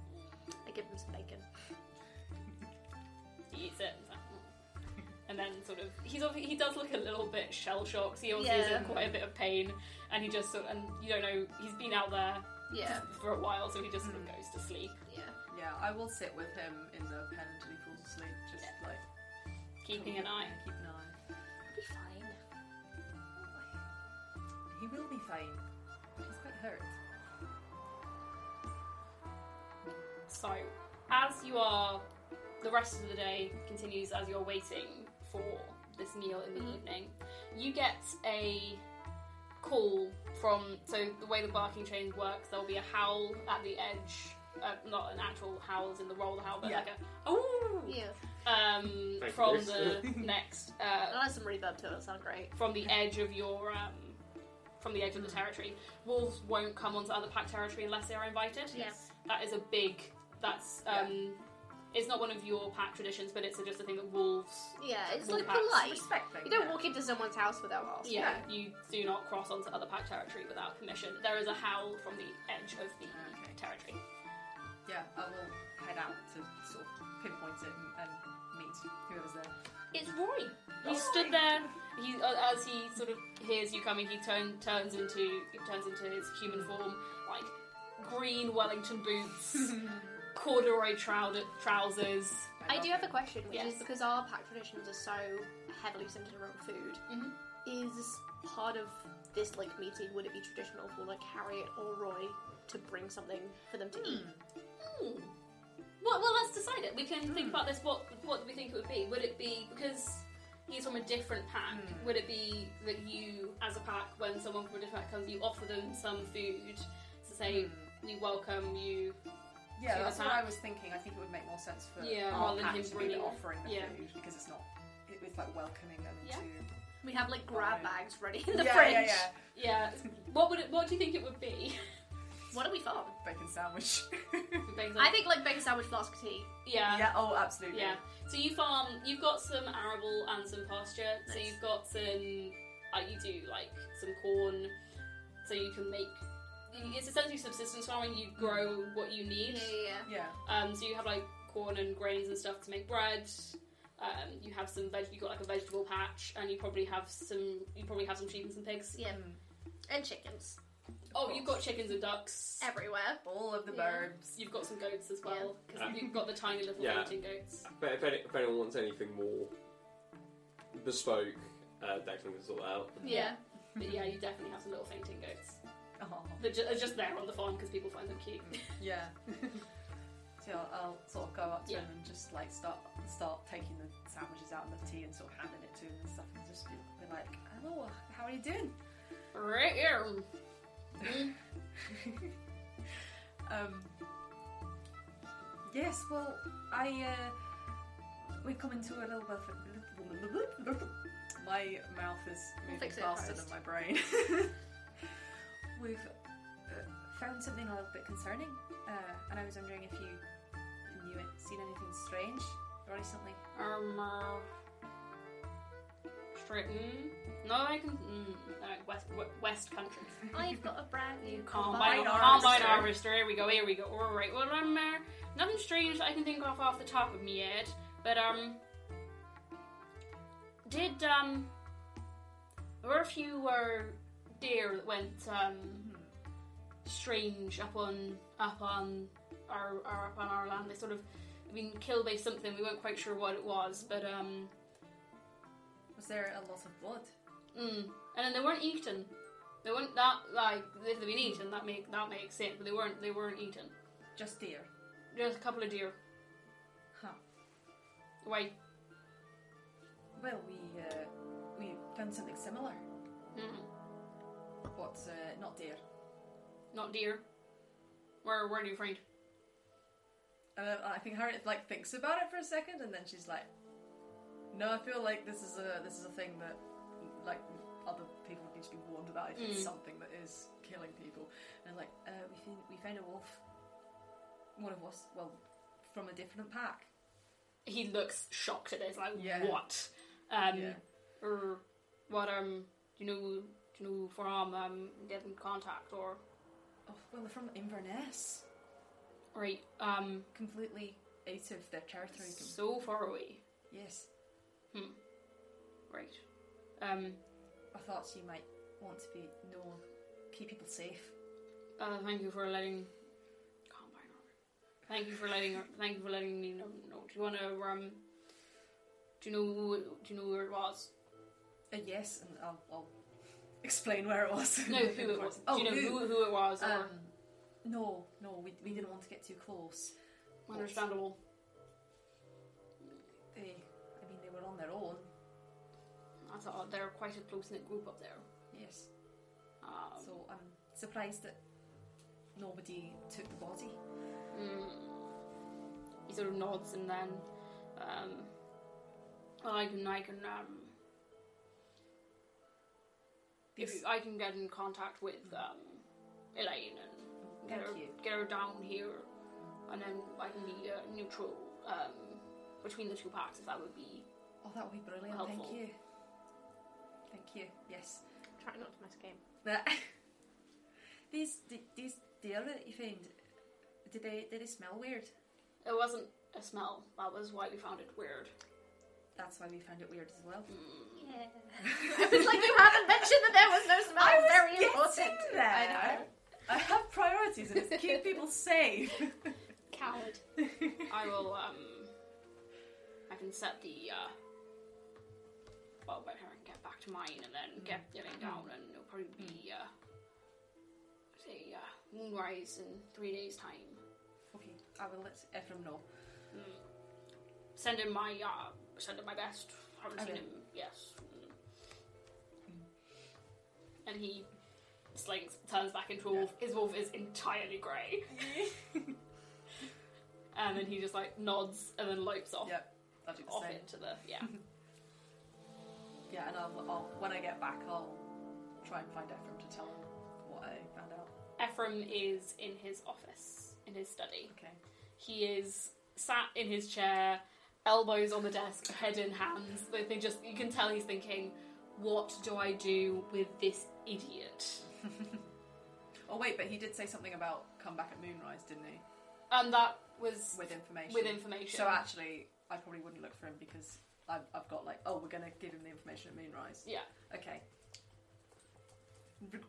[SPEAKER 4] I give them some bacon.
[SPEAKER 1] he eats it. And, it's like, "Mm." and then sort of he's obvi- he does look a little bit shell shocked. He obviously is
[SPEAKER 4] Yeah.
[SPEAKER 1] in quite a bit of pain, and he just sort of, and you don't know he's been out there
[SPEAKER 4] Yeah. Mm.
[SPEAKER 1] for a while, so he just sort of goes to sleep.
[SPEAKER 4] Yeah.
[SPEAKER 2] Yeah, I will sit with him in the pen until he falls asleep, just like
[SPEAKER 1] Keeping an eye.
[SPEAKER 2] Keep an eye.
[SPEAKER 4] It'll be fine.
[SPEAKER 2] He will be fine. He's quite hurt.
[SPEAKER 1] So, as you are, the rest of the day continues as you're waiting for this meal in the
[SPEAKER 4] Mm-hmm.
[SPEAKER 1] evening. You get a call from. So, the way the barking chains works, there'll be a howl at the edge. Uh, not an actual howl as in the roll of the howl, but
[SPEAKER 2] Yeah.
[SPEAKER 1] like a ooh
[SPEAKER 4] Yeah.
[SPEAKER 1] um,
[SPEAKER 3] Thank
[SPEAKER 1] from
[SPEAKER 3] (laughs) you.
[SPEAKER 1] the next uh,
[SPEAKER 4] I'll add some reverb to it. It'll sound great.
[SPEAKER 1] from the edge of your um, from the edge
[SPEAKER 4] Mm.
[SPEAKER 1] of the territory. Wolves won't come onto other pack territory unless they are invited.
[SPEAKER 4] Yeah.
[SPEAKER 1] That is a big. That's um, it's not one of your pack traditions, but it's just a thing that wolves.
[SPEAKER 4] Yeah. It's
[SPEAKER 1] Cool
[SPEAKER 4] like
[SPEAKER 1] cats.
[SPEAKER 4] polite.
[SPEAKER 2] Respect thing.
[SPEAKER 4] You don't
[SPEAKER 2] yeah.
[SPEAKER 4] walk into someone's house without asking.
[SPEAKER 1] Yeah, you do not cross onto other pack territory without permission. There is a howl from the edge of the
[SPEAKER 2] Okay.
[SPEAKER 1] territory.
[SPEAKER 2] Yeah, I will head out to sort of pinpoint it and, and meet whoever's there.
[SPEAKER 1] It's Rory. He
[SPEAKER 2] Rory!
[SPEAKER 1] stood
[SPEAKER 2] (laughs)
[SPEAKER 1] there. He, uh, as he sort of hears you coming, he turn, turns into he turns into his human form, like green Wellington boots,
[SPEAKER 2] (laughs)
[SPEAKER 1] corduroy trou- trousers.
[SPEAKER 4] I
[SPEAKER 2] love
[SPEAKER 4] do have a
[SPEAKER 2] him.
[SPEAKER 4] question, which
[SPEAKER 1] Yes.
[SPEAKER 4] is because our pack traditions are so heavily centered around food.
[SPEAKER 1] Mhm.
[SPEAKER 4] Is part of this like meeting would it be traditional for like Harriet or Roy to bring something for them to eat?
[SPEAKER 2] Mm.
[SPEAKER 1] Hmm. Well, well, let's decide it. We can
[SPEAKER 4] Hmm.
[SPEAKER 1] think about this. What what do we think it would be? Would it be because he's from a different pack?
[SPEAKER 4] Hmm.
[SPEAKER 1] Would it be that you, as a pack, when someone from a different pack comes, you offer them some food to say
[SPEAKER 2] Mm.
[SPEAKER 4] Hmm.
[SPEAKER 1] we welcome you?
[SPEAKER 2] Yeah,
[SPEAKER 1] to
[SPEAKER 2] that's
[SPEAKER 1] the
[SPEAKER 2] what
[SPEAKER 1] pack.
[SPEAKER 2] I was thinking. I think it would make more sense for
[SPEAKER 1] Yeah,
[SPEAKER 2] our
[SPEAKER 1] rather than
[SPEAKER 2] pack
[SPEAKER 1] him
[SPEAKER 2] to be
[SPEAKER 1] bringing-
[SPEAKER 2] the offering the
[SPEAKER 1] yeah.
[SPEAKER 2] food because it's not. It, it's like welcoming them
[SPEAKER 1] Yeah.
[SPEAKER 2] into
[SPEAKER 4] We have like grab
[SPEAKER 2] Fine.
[SPEAKER 4] bags ready in the
[SPEAKER 2] yeah,
[SPEAKER 4] fridge.
[SPEAKER 2] Yeah, yeah.
[SPEAKER 1] Yeah. what would it? What do you think it would be? (laughs)
[SPEAKER 4] What do we farm?
[SPEAKER 2] Bacon sandwich. (laughs)
[SPEAKER 4] I think like bacon sandwich flask of tea.
[SPEAKER 1] Yeah.
[SPEAKER 2] yeah. Oh, absolutely.
[SPEAKER 1] Yeah. So you farm. You've got some arable and some pasture. So
[SPEAKER 4] Nice.
[SPEAKER 1] you've got some. Uh, you do like some corn, so you can make. It's essentially subsistence farming. You grow what you need.
[SPEAKER 4] Mm-hmm.
[SPEAKER 2] Yeah.
[SPEAKER 1] Um, so you have like corn and grains and stuff to make bread. Um, you have some veg. You got like a vegetable patch, and you probably have some. You probably have some sheep and some pigs.
[SPEAKER 4] Yeah. And chickens
[SPEAKER 1] Oh, you've got chickens and ducks.
[SPEAKER 4] everywhere.
[SPEAKER 2] All of the
[SPEAKER 4] Yeah.
[SPEAKER 2] birds.
[SPEAKER 1] You've got some goats as well because
[SPEAKER 3] Yeah.
[SPEAKER 1] you've got the tiny little
[SPEAKER 3] Yeah.
[SPEAKER 1] mountain goats.
[SPEAKER 3] But if, any, if anyone wants anything more bespoke, uh, Declan can sort that out.
[SPEAKER 1] Yeah. But yeah, you definitely have some little fainting goats.
[SPEAKER 2] (laughs) Oh,
[SPEAKER 1] They're ju- are just there on the farm because people find them cute.
[SPEAKER 2] yeah. (laughs) so I'll, I'll sort of go up to
[SPEAKER 1] Yeah.
[SPEAKER 2] him and just like start start taking the sandwiches out and the tea and sort of handing it to him and stuff and just be, be like, "Hello, how are you doing?"
[SPEAKER 1] Right here.
[SPEAKER 2] Um, yes, well, I uh, we come into a little bit. Of, my mouth is moving
[SPEAKER 4] fix it
[SPEAKER 2] faster
[SPEAKER 4] post.
[SPEAKER 2] than my brain. (laughs) We've uh, found something a little bit concerning, uh, and I was wondering if you knew it, seen anything strange or something.
[SPEAKER 1] Um, uh, Britain. No, I can. Mm, like West, w- West Country.
[SPEAKER 4] I've got a brand new
[SPEAKER 1] You
[SPEAKER 2] Combine
[SPEAKER 1] combine,
[SPEAKER 2] harvester.
[SPEAKER 1] combine harvester. Here we go. Here we go. All right. Well, um, uh, nothing strange that I can think of off the top of me head, but um, did um, There were a few uh, deer that went um, strange up on up on our, our up on our land. They sort of been killed by something. We weren't quite sure what it was, but um,
[SPEAKER 2] Was there a lot of blood?
[SPEAKER 1] mm. and then they weren't eaten. They weren't that like if they'd been eaten, that make that makes sense. But they weren't. They weren't eaten.
[SPEAKER 2] Just deer.
[SPEAKER 1] Just a couple of deer.
[SPEAKER 2] Huh.
[SPEAKER 1] Why?
[SPEAKER 2] Well, we uh, we found something similar.
[SPEAKER 1] Mm.
[SPEAKER 2] What's uh, not deer?
[SPEAKER 1] Not deer. Where were you afraid?
[SPEAKER 2] And I, I think Harriet like thinks about it for a second, and then she's like, "No, I feel like this is a this is a thing that like other people need to be warned about if it's
[SPEAKER 1] Mm.
[SPEAKER 2] something that is killing people." And like, uh, we found, we found a wolf. One of us, well, from a different pack.
[SPEAKER 1] He looks shocked at this. Like
[SPEAKER 2] Yeah.
[SPEAKER 1] what? Um,
[SPEAKER 2] yeah.
[SPEAKER 1] or what um you know you know from um get in contact or
[SPEAKER 2] Oh, well, they're from Inverness.
[SPEAKER 1] right um
[SPEAKER 2] Completely out of their territory. com-
[SPEAKER 1] so far away
[SPEAKER 2] yes,
[SPEAKER 1] right um
[SPEAKER 2] I thought she might want to be known, keep people safe.
[SPEAKER 1] uh, thank you for letting Can't find her. thank you for letting her, thank you for letting me know, know. do you want to um do you know who- do you know where it was (coughs)
[SPEAKER 2] Uh, yes, and I'll, I'll explain where it was. (laughs)
[SPEAKER 1] no who it was
[SPEAKER 2] Oh,
[SPEAKER 1] do you know who, Uh, who it was or
[SPEAKER 2] Um, no, no, we, we didn't want to get too close.
[SPEAKER 1] understandable
[SPEAKER 2] They, I mean, they were on their own.
[SPEAKER 1] I thought they're quite a close knit group up there
[SPEAKER 2] Yes.
[SPEAKER 1] um,
[SPEAKER 2] So I'm surprised that nobody took the body.
[SPEAKER 1] Mm. He sort of nods and then, um, well, I can, I can, um, if
[SPEAKER 2] Yes.
[SPEAKER 1] you- I can get in contact with um, Elaine and get
[SPEAKER 2] Thank
[SPEAKER 1] her,
[SPEAKER 2] you.
[SPEAKER 1] get her down here, and then I can be uh, neutral um, between the two parts if that would be.
[SPEAKER 2] Oh, that would be brilliant.
[SPEAKER 1] Helpful.
[SPEAKER 2] Thank you. Thank you. Yes.
[SPEAKER 4] Try not to miss a game.
[SPEAKER 2] (laughs) these the, these deer that you found, did they did they smell weird?
[SPEAKER 1] It wasn't a smell. That was why we found it weird.
[SPEAKER 2] That's why we found it weird as well.
[SPEAKER 1] Mm.
[SPEAKER 4] (laughs) I was like, you haven't mentioned that there was no smell.
[SPEAKER 2] I was
[SPEAKER 4] Very
[SPEAKER 2] getting
[SPEAKER 4] important.
[SPEAKER 2] there.
[SPEAKER 4] I know.
[SPEAKER 2] I have priorities, and it's keep people safe. (laughs)
[SPEAKER 4] Coward.
[SPEAKER 1] I will, um, I can set the, uh, well, about her and get back to mine and then get getting down and it'll probably be, uh, say, uh, moonrise in three days' time.
[SPEAKER 2] okay, I will let Ephraim know.
[SPEAKER 1] Send in my, uh, send in my best. Haven't seen
[SPEAKER 2] Okay.
[SPEAKER 1] him, yes. Mm. And he slinks, turns back into a wolf. His wolf is entirely grey. (laughs) and then he just, like, nods and then lopes off,
[SPEAKER 2] Yep, I'll do the
[SPEAKER 1] off
[SPEAKER 2] same.
[SPEAKER 1] into the, yeah.
[SPEAKER 2] Yeah, and I'll, I'll when I get back, I'll try and find Ephraim to tell him what I found out.
[SPEAKER 1] (laughs) Ephraim is in his office, in his study.
[SPEAKER 2] Okay. (laughs)
[SPEAKER 1] He is sat in his chair, elbows on the desk, head in hands. They they just you can tell he's thinking, what do I do with this idiot?
[SPEAKER 2] Oh wait, but he did say something about come back at moonrise, didn't he?
[SPEAKER 1] And that was
[SPEAKER 2] With information.
[SPEAKER 1] with information.
[SPEAKER 2] So actually, I probably wouldn't look for him because I've, I've got like, oh, we're gonna give him the information at moonrise.
[SPEAKER 1] yeah,
[SPEAKER 2] Okay.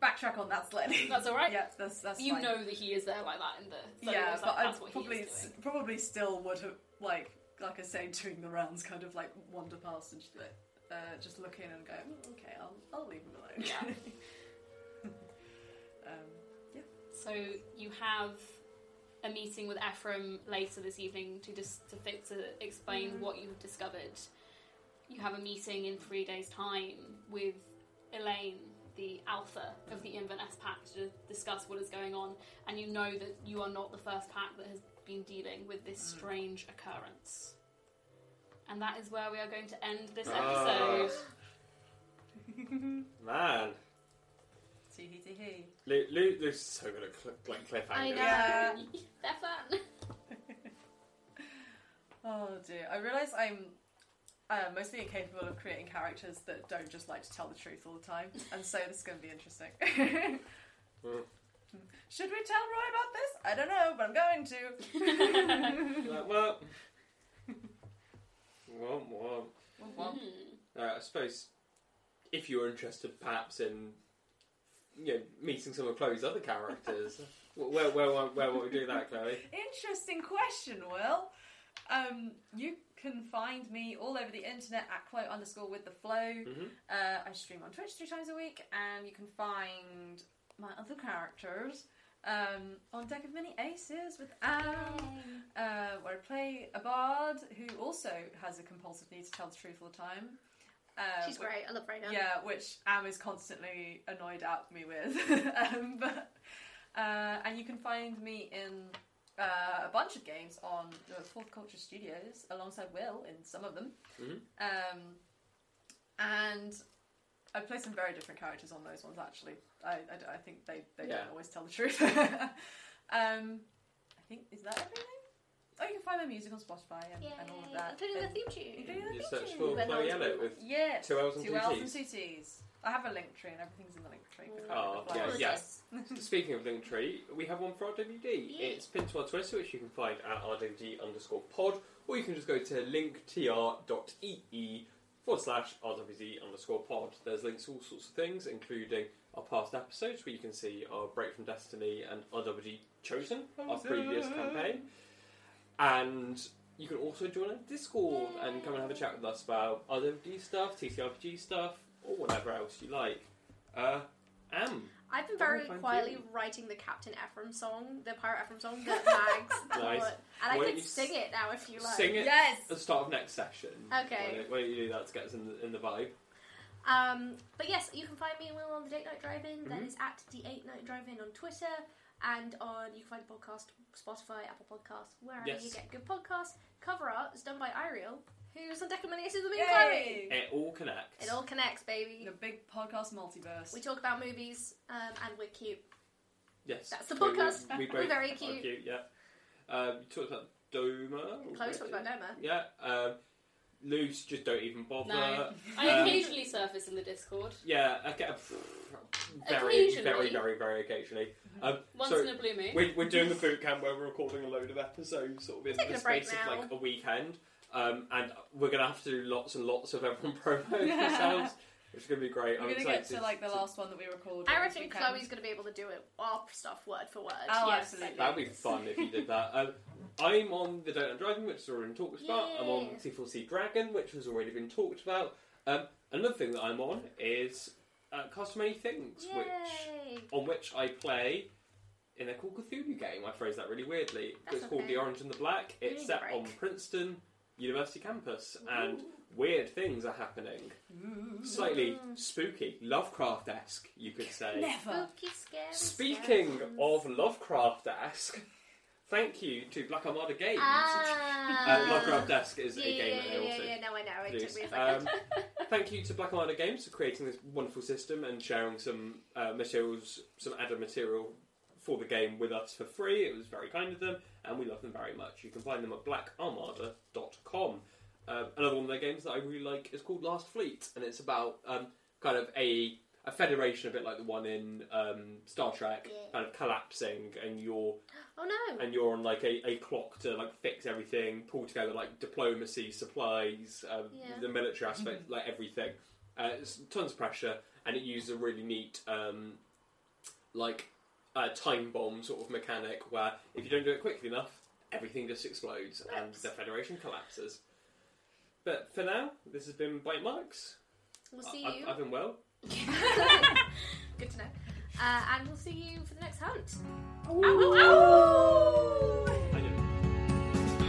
[SPEAKER 2] Backtrack on that slightly.
[SPEAKER 1] that's all right.
[SPEAKER 2] (laughs) Yeah, that's that's.
[SPEAKER 1] you
[SPEAKER 2] fine.
[SPEAKER 1] know that he is there like that in the so
[SPEAKER 2] yeah,
[SPEAKER 1] it's like,
[SPEAKER 2] but I
[SPEAKER 1] that's what
[SPEAKER 2] probably
[SPEAKER 1] he is
[SPEAKER 2] s-
[SPEAKER 1] doing.
[SPEAKER 2] probably still would have like like I say doing the rounds, kind of like wander past and just, like, uh, just look in and go, "Mm, okay, I'll I'll leave him alone. (laughs) um,
[SPEAKER 1] So you have a meeting with Ephraim later this evening to just to, fi- to explain
[SPEAKER 4] Mm-hmm.
[SPEAKER 1] what you've discovered. You have a meeting in three days' time with Elaine, the alpha of the Inverness Pack, to discuss what is going on, and you know that you are not the first pack that has been dealing with this
[SPEAKER 4] Mm.
[SPEAKER 1] strange occurrence. And that is where we are going to end this
[SPEAKER 4] Ah,
[SPEAKER 1] episode.
[SPEAKER 3] Man,
[SPEAKER 2] tee hee tee hee.
[SPEAKER 3] Lu Lu Luke's so good at cl- like cliffhangers.
[SPEAKER 4] I know.
[SPEAKER 2] Yeah.
[SPEAKER 1] (laughs) They're
[SPEAKER 4] (laughs)
[SPEAKER 1] fun.
[SPEAKER 2] Oh dear, I realise I'm uh, mostly incapable of creating characters that don't just like to tell the truth all the time, and so this is going to be interesting.
[SPEAKER 3] Mm.
[SPEAKER 2] (laughs) Should we tell Roy about this? I don't know, but I'm going to. (laughs)
[SPEAKER 3] Like, well, womp womp. (laughs)
[SPEAKER 2] Well,
[SPEAKER 1] Hmm.
[SPEAKER 3] Uh, I suppose if you're interested, perhaps in you know, meeting some of Chloe's other characters, (laughs) wh- where where where, where would we do that, Chloe?
[SPEAKER 2] Interesting question, Will. Um, you can find me all over the internet at quote underscore with the flow.
[SPEAKER 3] Mhm.
[SPEAKER 2] Uh, I stream on Twitch three times a week, and you can find my other characters um, on Deck of Mini Aces with Anne,
[SPEAKER 1] Hmm.
[SPEAKER 2] uh, where I play a bard who also has a compulsive need to tell the truth all the time. Uh,
[SPEAKER 4] She's
[SPEAKER 2] which-
[SPEAKER 4] great. I love Raina.
[SPEAKER 2] yeah, which Am is constantly annoyed at me with. (laughs) um, but, uh, and you can find me in uh, a bunch of games on the Fourth Culture Studios alongside Will in some of them.
[SPEAKER 3] Mhm.
[SPEAKER 2] Um, and I play some very different characters on those ones actually. I, I d- I think they, they
[SPEAKER 3] Yeah.
[SPEAKER 2] don't always tell the truth. (laughs) um, I think, is that everything? Oh, you can find my music on Spotify and, and all of that.
[SPEAKER 4] Including the
[SPEAKER 2] And-
[SPEAKER 4] theme tune.
[SPEAKER 2] Including the
[SPEAKER 3] You
[SPEAKER 2] theme
[SPEAKER 3] search
[SPEAKER 2] tune.
[SPEAKER 3] for
[SPEAKER 4] When I
[SPEAKER 3] Chloe
[SPEAKER 4] was
[SPEAKER 3] Elliott
[SPEAKER 4] born.
[SPEAKER 3] with
[SPEAKER 2] Yeah.
[SPEAKER 3] Two L's and
[SPEAKER 2] two
[SPEAKER 3] two
[SPEAKER 2] L's and
[SPEAKER 3] T's.
[SPEAKER 2] two T's. I have a link tree and everything's in the link tree. for
[SPEAKER 3] Oh,
[SPEAKER 2] Cloud
[SPEAKER 3] yeah,
[SPEAKER 2] Reply.
[SPEAKER 3] yeah.
[SPEAKER 4] Apologies.
[SPEAKER 3] (laughs) Speaking of Linktree, we have one for our WD.
[SPEAKER 4] Yeah.
[SPEAKER 3] It's pinned to our Twitter, which you can find at rwd underscore pod, or you can just go to linktr.ee forward slash rwd underscore pod. There's links to all sorts of things, including our past episodes where you can see our Break from Destiny and RWD Chosen, our previous campaign. And you can also join our Discord and come and have a chat with us about RWD stuff, TCRPG stuff, or whatever else you like. Uh, am.
[SPEAKER 4] I've been very
[SPEAKER 3] Oh, thank
[SPEAKER 4] quietly
[SPEAKER 3] you.
[SPEAKER 4] writing the Captain Ephraim song, the Pirate Ephraim song that Mags
[SPEAKER 3] (laughs) Nice.
[SPEAKER 4] bought. And I
[SPEAKER 3] Why don't
[SPEAKER 4] can
[SPEAKER 3] you
[SPEAKER 4] sing it now if you like.
[SPEAKER 3] Sing
[SPEAKER 2] (laughs)
[SPEAKER 3] it
[SPEAKER 2] Yes.
[SPEAKER 3] at the start of next session.
[SPEAKER 4] Okay.
[SPEAKER 3] Why don't, why don't you do that to get us in the, in the vibe?
[SPEAKER 4] Um, but yes, you can find me and Will on the Date Night Drive In. That
[SPEAKER 3] Mhm.
[SPEAKER 4] is at the Eight Night Drive In on Twitter and on you can find the podcast Spotify, Apple Podcasts, wherever you
[SPEAKER 3] Yes.
[SPEAKER 4] get good podcasts. Cover art is done by Ariel, who's on Deck of Miniatures with me and Chloe.
[SPEAKER 2] Yay!
[SPEAKER 3] It all connects.
[SPEAKER 4] It all connects, baby.
[SPEAKER 2] The big podcast multiverse.
[SPEAKER 4] We talk about movies, um, and we're cute.
[SPEAKER 3] yes.
[SPEAKER 4] that's the
[SPEAKER 3] We- we-
[SPEAKER 4] podcast.
[SPEAKER 3] We,
[SPEAKER 4] We're
[SPEAKER 3] both
[SPEAKER 4] very
[SPEAKER 3] are
[SPEAKER 4] cute.
[SPEAKER 3] yeah. Um, you talked about Doma.
[SPEAKER 4] Chloe talks about Noma.
[SPEAKER 3] Yeah. Um, Loose, just don't even bother.
[SPEAKER 1] No. I
[SPEAKER 3] Um,
[SPEAKER 1] occasionally surface in the Discord.
[SPEAKER 3] Yeah, I get very, very,
[SPEAKER 1] Occasionally.
[SPEAKER 3] very, very occasionally. Um,
[SPEAKER 1] Once
[SPEAKER 3] so
[SPEAKER 1] in a blue moon.
[SPEAKER 3] we're, we're doing the boot camp where we're recording a load of episodes, sort of in
[SPEAKER 4] Taking
[SPEAKER 3] the
[SPEAKER 4] a break
[SPEAKER 3] space of
[SPEAKER 4] now.
[SPEAKER 3] like a weekend, um, and we're gonna have to do lots and lots of everyone (laughs) promoting themselves, which is gonna be great.
[SPEAKER 2] We're
[SPEAKER 3] I'm
[SPEAKER 2] gonna
[SPEAKER 3] excited
[SPEAKER 2] get to like the last one that we recorded.
[SPEAKER 4] I reckon
[SPEAKER 2] We can.
[SPEAKER 4] Chloe's going to be able to do it, our stuff word for word.
[SPEAKER 2] Oh,
[SPEAKER 1] Yes.
[SPEAKER 2] absolutely.
[SPEAKER 3] That'd be fun if you did that. Um, I'm on the Don't Let Driving, which is already been talked about. I'm on
[SPEAKER 4] Yeah.
[SPEAKER 3] C4C Dragon, which has already been talked about. Um, another thing that I'm on is uh, Customary Things, which
[SPEAKER 4] Yay!
[SPEAKER 3] on which I play in a Call of Cthulhu game. I phrase that really weirdly.
[SPEAKER 4] That's
[SPEAKER 3] it's called
[SPEAKER 4] okay.
[SPEAKER 3] The Orange and the Black.
[SPEAKER 4] You
[SPEAKER 3] It's
[SPEAKER 4] need a
[SPEAKER 3] set
[SPEAKER 4] break.
[SPEAKER 3] on Princeton University campus, and weird things are happening.
[SPEAKER 2] Ooh.
[SPEAKER 3] Slightly
[SPEAKER 4] Mm.
[SPEAKER 3] spooky, Lovecraft esque, you could
[SPEAKER 4] (laughs)
[SPEAKER 3] say.
[SPEAKER 2] Never.
[SPEAKER 4] Spooky, scary.
[SPEAKER 3] Speaking
[SPEAKER 4] skeletons.
[SPEAKER 3] of Lovecraft esque, thank you to Black Armada Games.
[SPEAKER 4] Ah.
[SPEAKER 3] Uh, Lovecraft Desk is
[SPEAKER 4] yeah,
[SPEAKER 3] a game
[SPEAKER 4] yeah,
[SPEAKER 3] that they
[SPEAKER 4] yeah,
[SPEAKER 3] also Uh,
[SPEAKER 4] yeah, no, I know. It took me a
[SPEAKER 1] (laughs)
[SPEAKER 3] produced.
[SPEAKER 4] second.
[SPEAKER 3] Thank you to Black Armada Games for creating this wonderful system and sharing some uh, materials, some added material for the game with us for free. It was very kind of them, and we love them very much. You can find them at blackarmada.com. Um, another one of their games that I really like is called Last Fleet, and it's about um, kind of a a federation, a bit like the one in um, Star Trek,
[SPEAKER 4] Yeah.
[SPEAKER 3] kind of collapsing, and you're
[SPEAKER 4] oh no.
[SPEAKER 3] and you're on like a, a clock to like fix everything, pull together like diplomacy, supplies, um,
[SPEAKER 4] Yeah.
[SPEAKER 3] the military aspect, like everything. Uh, it's tons of pressure, and it uses a really neat um, like uh, time bomb sort of mechanic where if you don't do it quickly enough, everything just explodes and
[SPEAKER 4] Whoops.
[SPEAKER 3] the Federation collapses. But for now, this has been Bite Marks.
[SPEAKER 4] We'll see
[SPEAKER 3] I- I've-
[SPEAKER 4] you.
[SPEAKER 3] I've been well.
[SPEAKER 4] (laughs) Good to know. Uh, and we'll see you for the next hunt. Ow, ow, ow!
[SPEAKER 3] I didn't.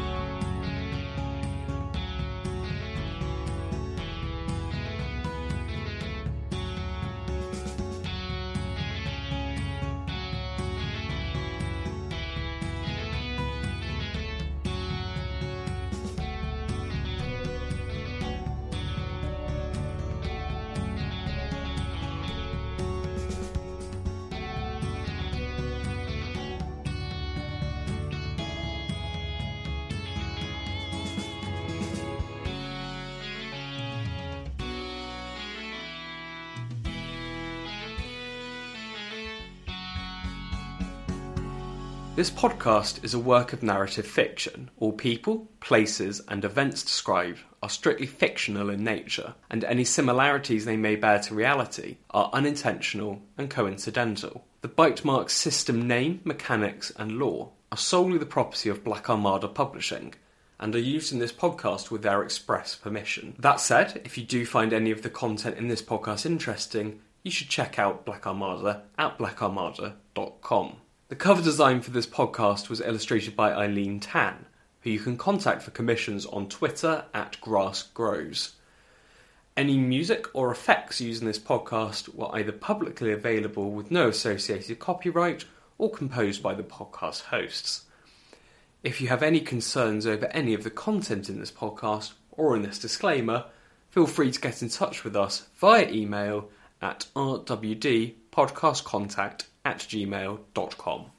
[SPEAKER 6] This podcast is a work of narrative fiction. All people, places, and events described are strictly fictional in nature, and any similarities they may bear to reality are unintentional and coincidental. The Bite Mark's system name, mechanics, and lore are solely the property of Black Armada Publishing and are used in this podcast with their express permission. That said, if you do find any of the content in this podcast interesting, you should check out Black Armada at blackarmada.com. The cover design for this podcast was illustrated by Eileen Tan, who you can contact for commissions on Twitter at Grass Grows. Any music or effects used in this podcast were either publicly available with no associated copyright or composed by the podcast hosts. If you have any concerns over any of the content in this podcast or in this disclaimer, feel free to get in touch with us via email at rwdpodcastcontact at gmail.com.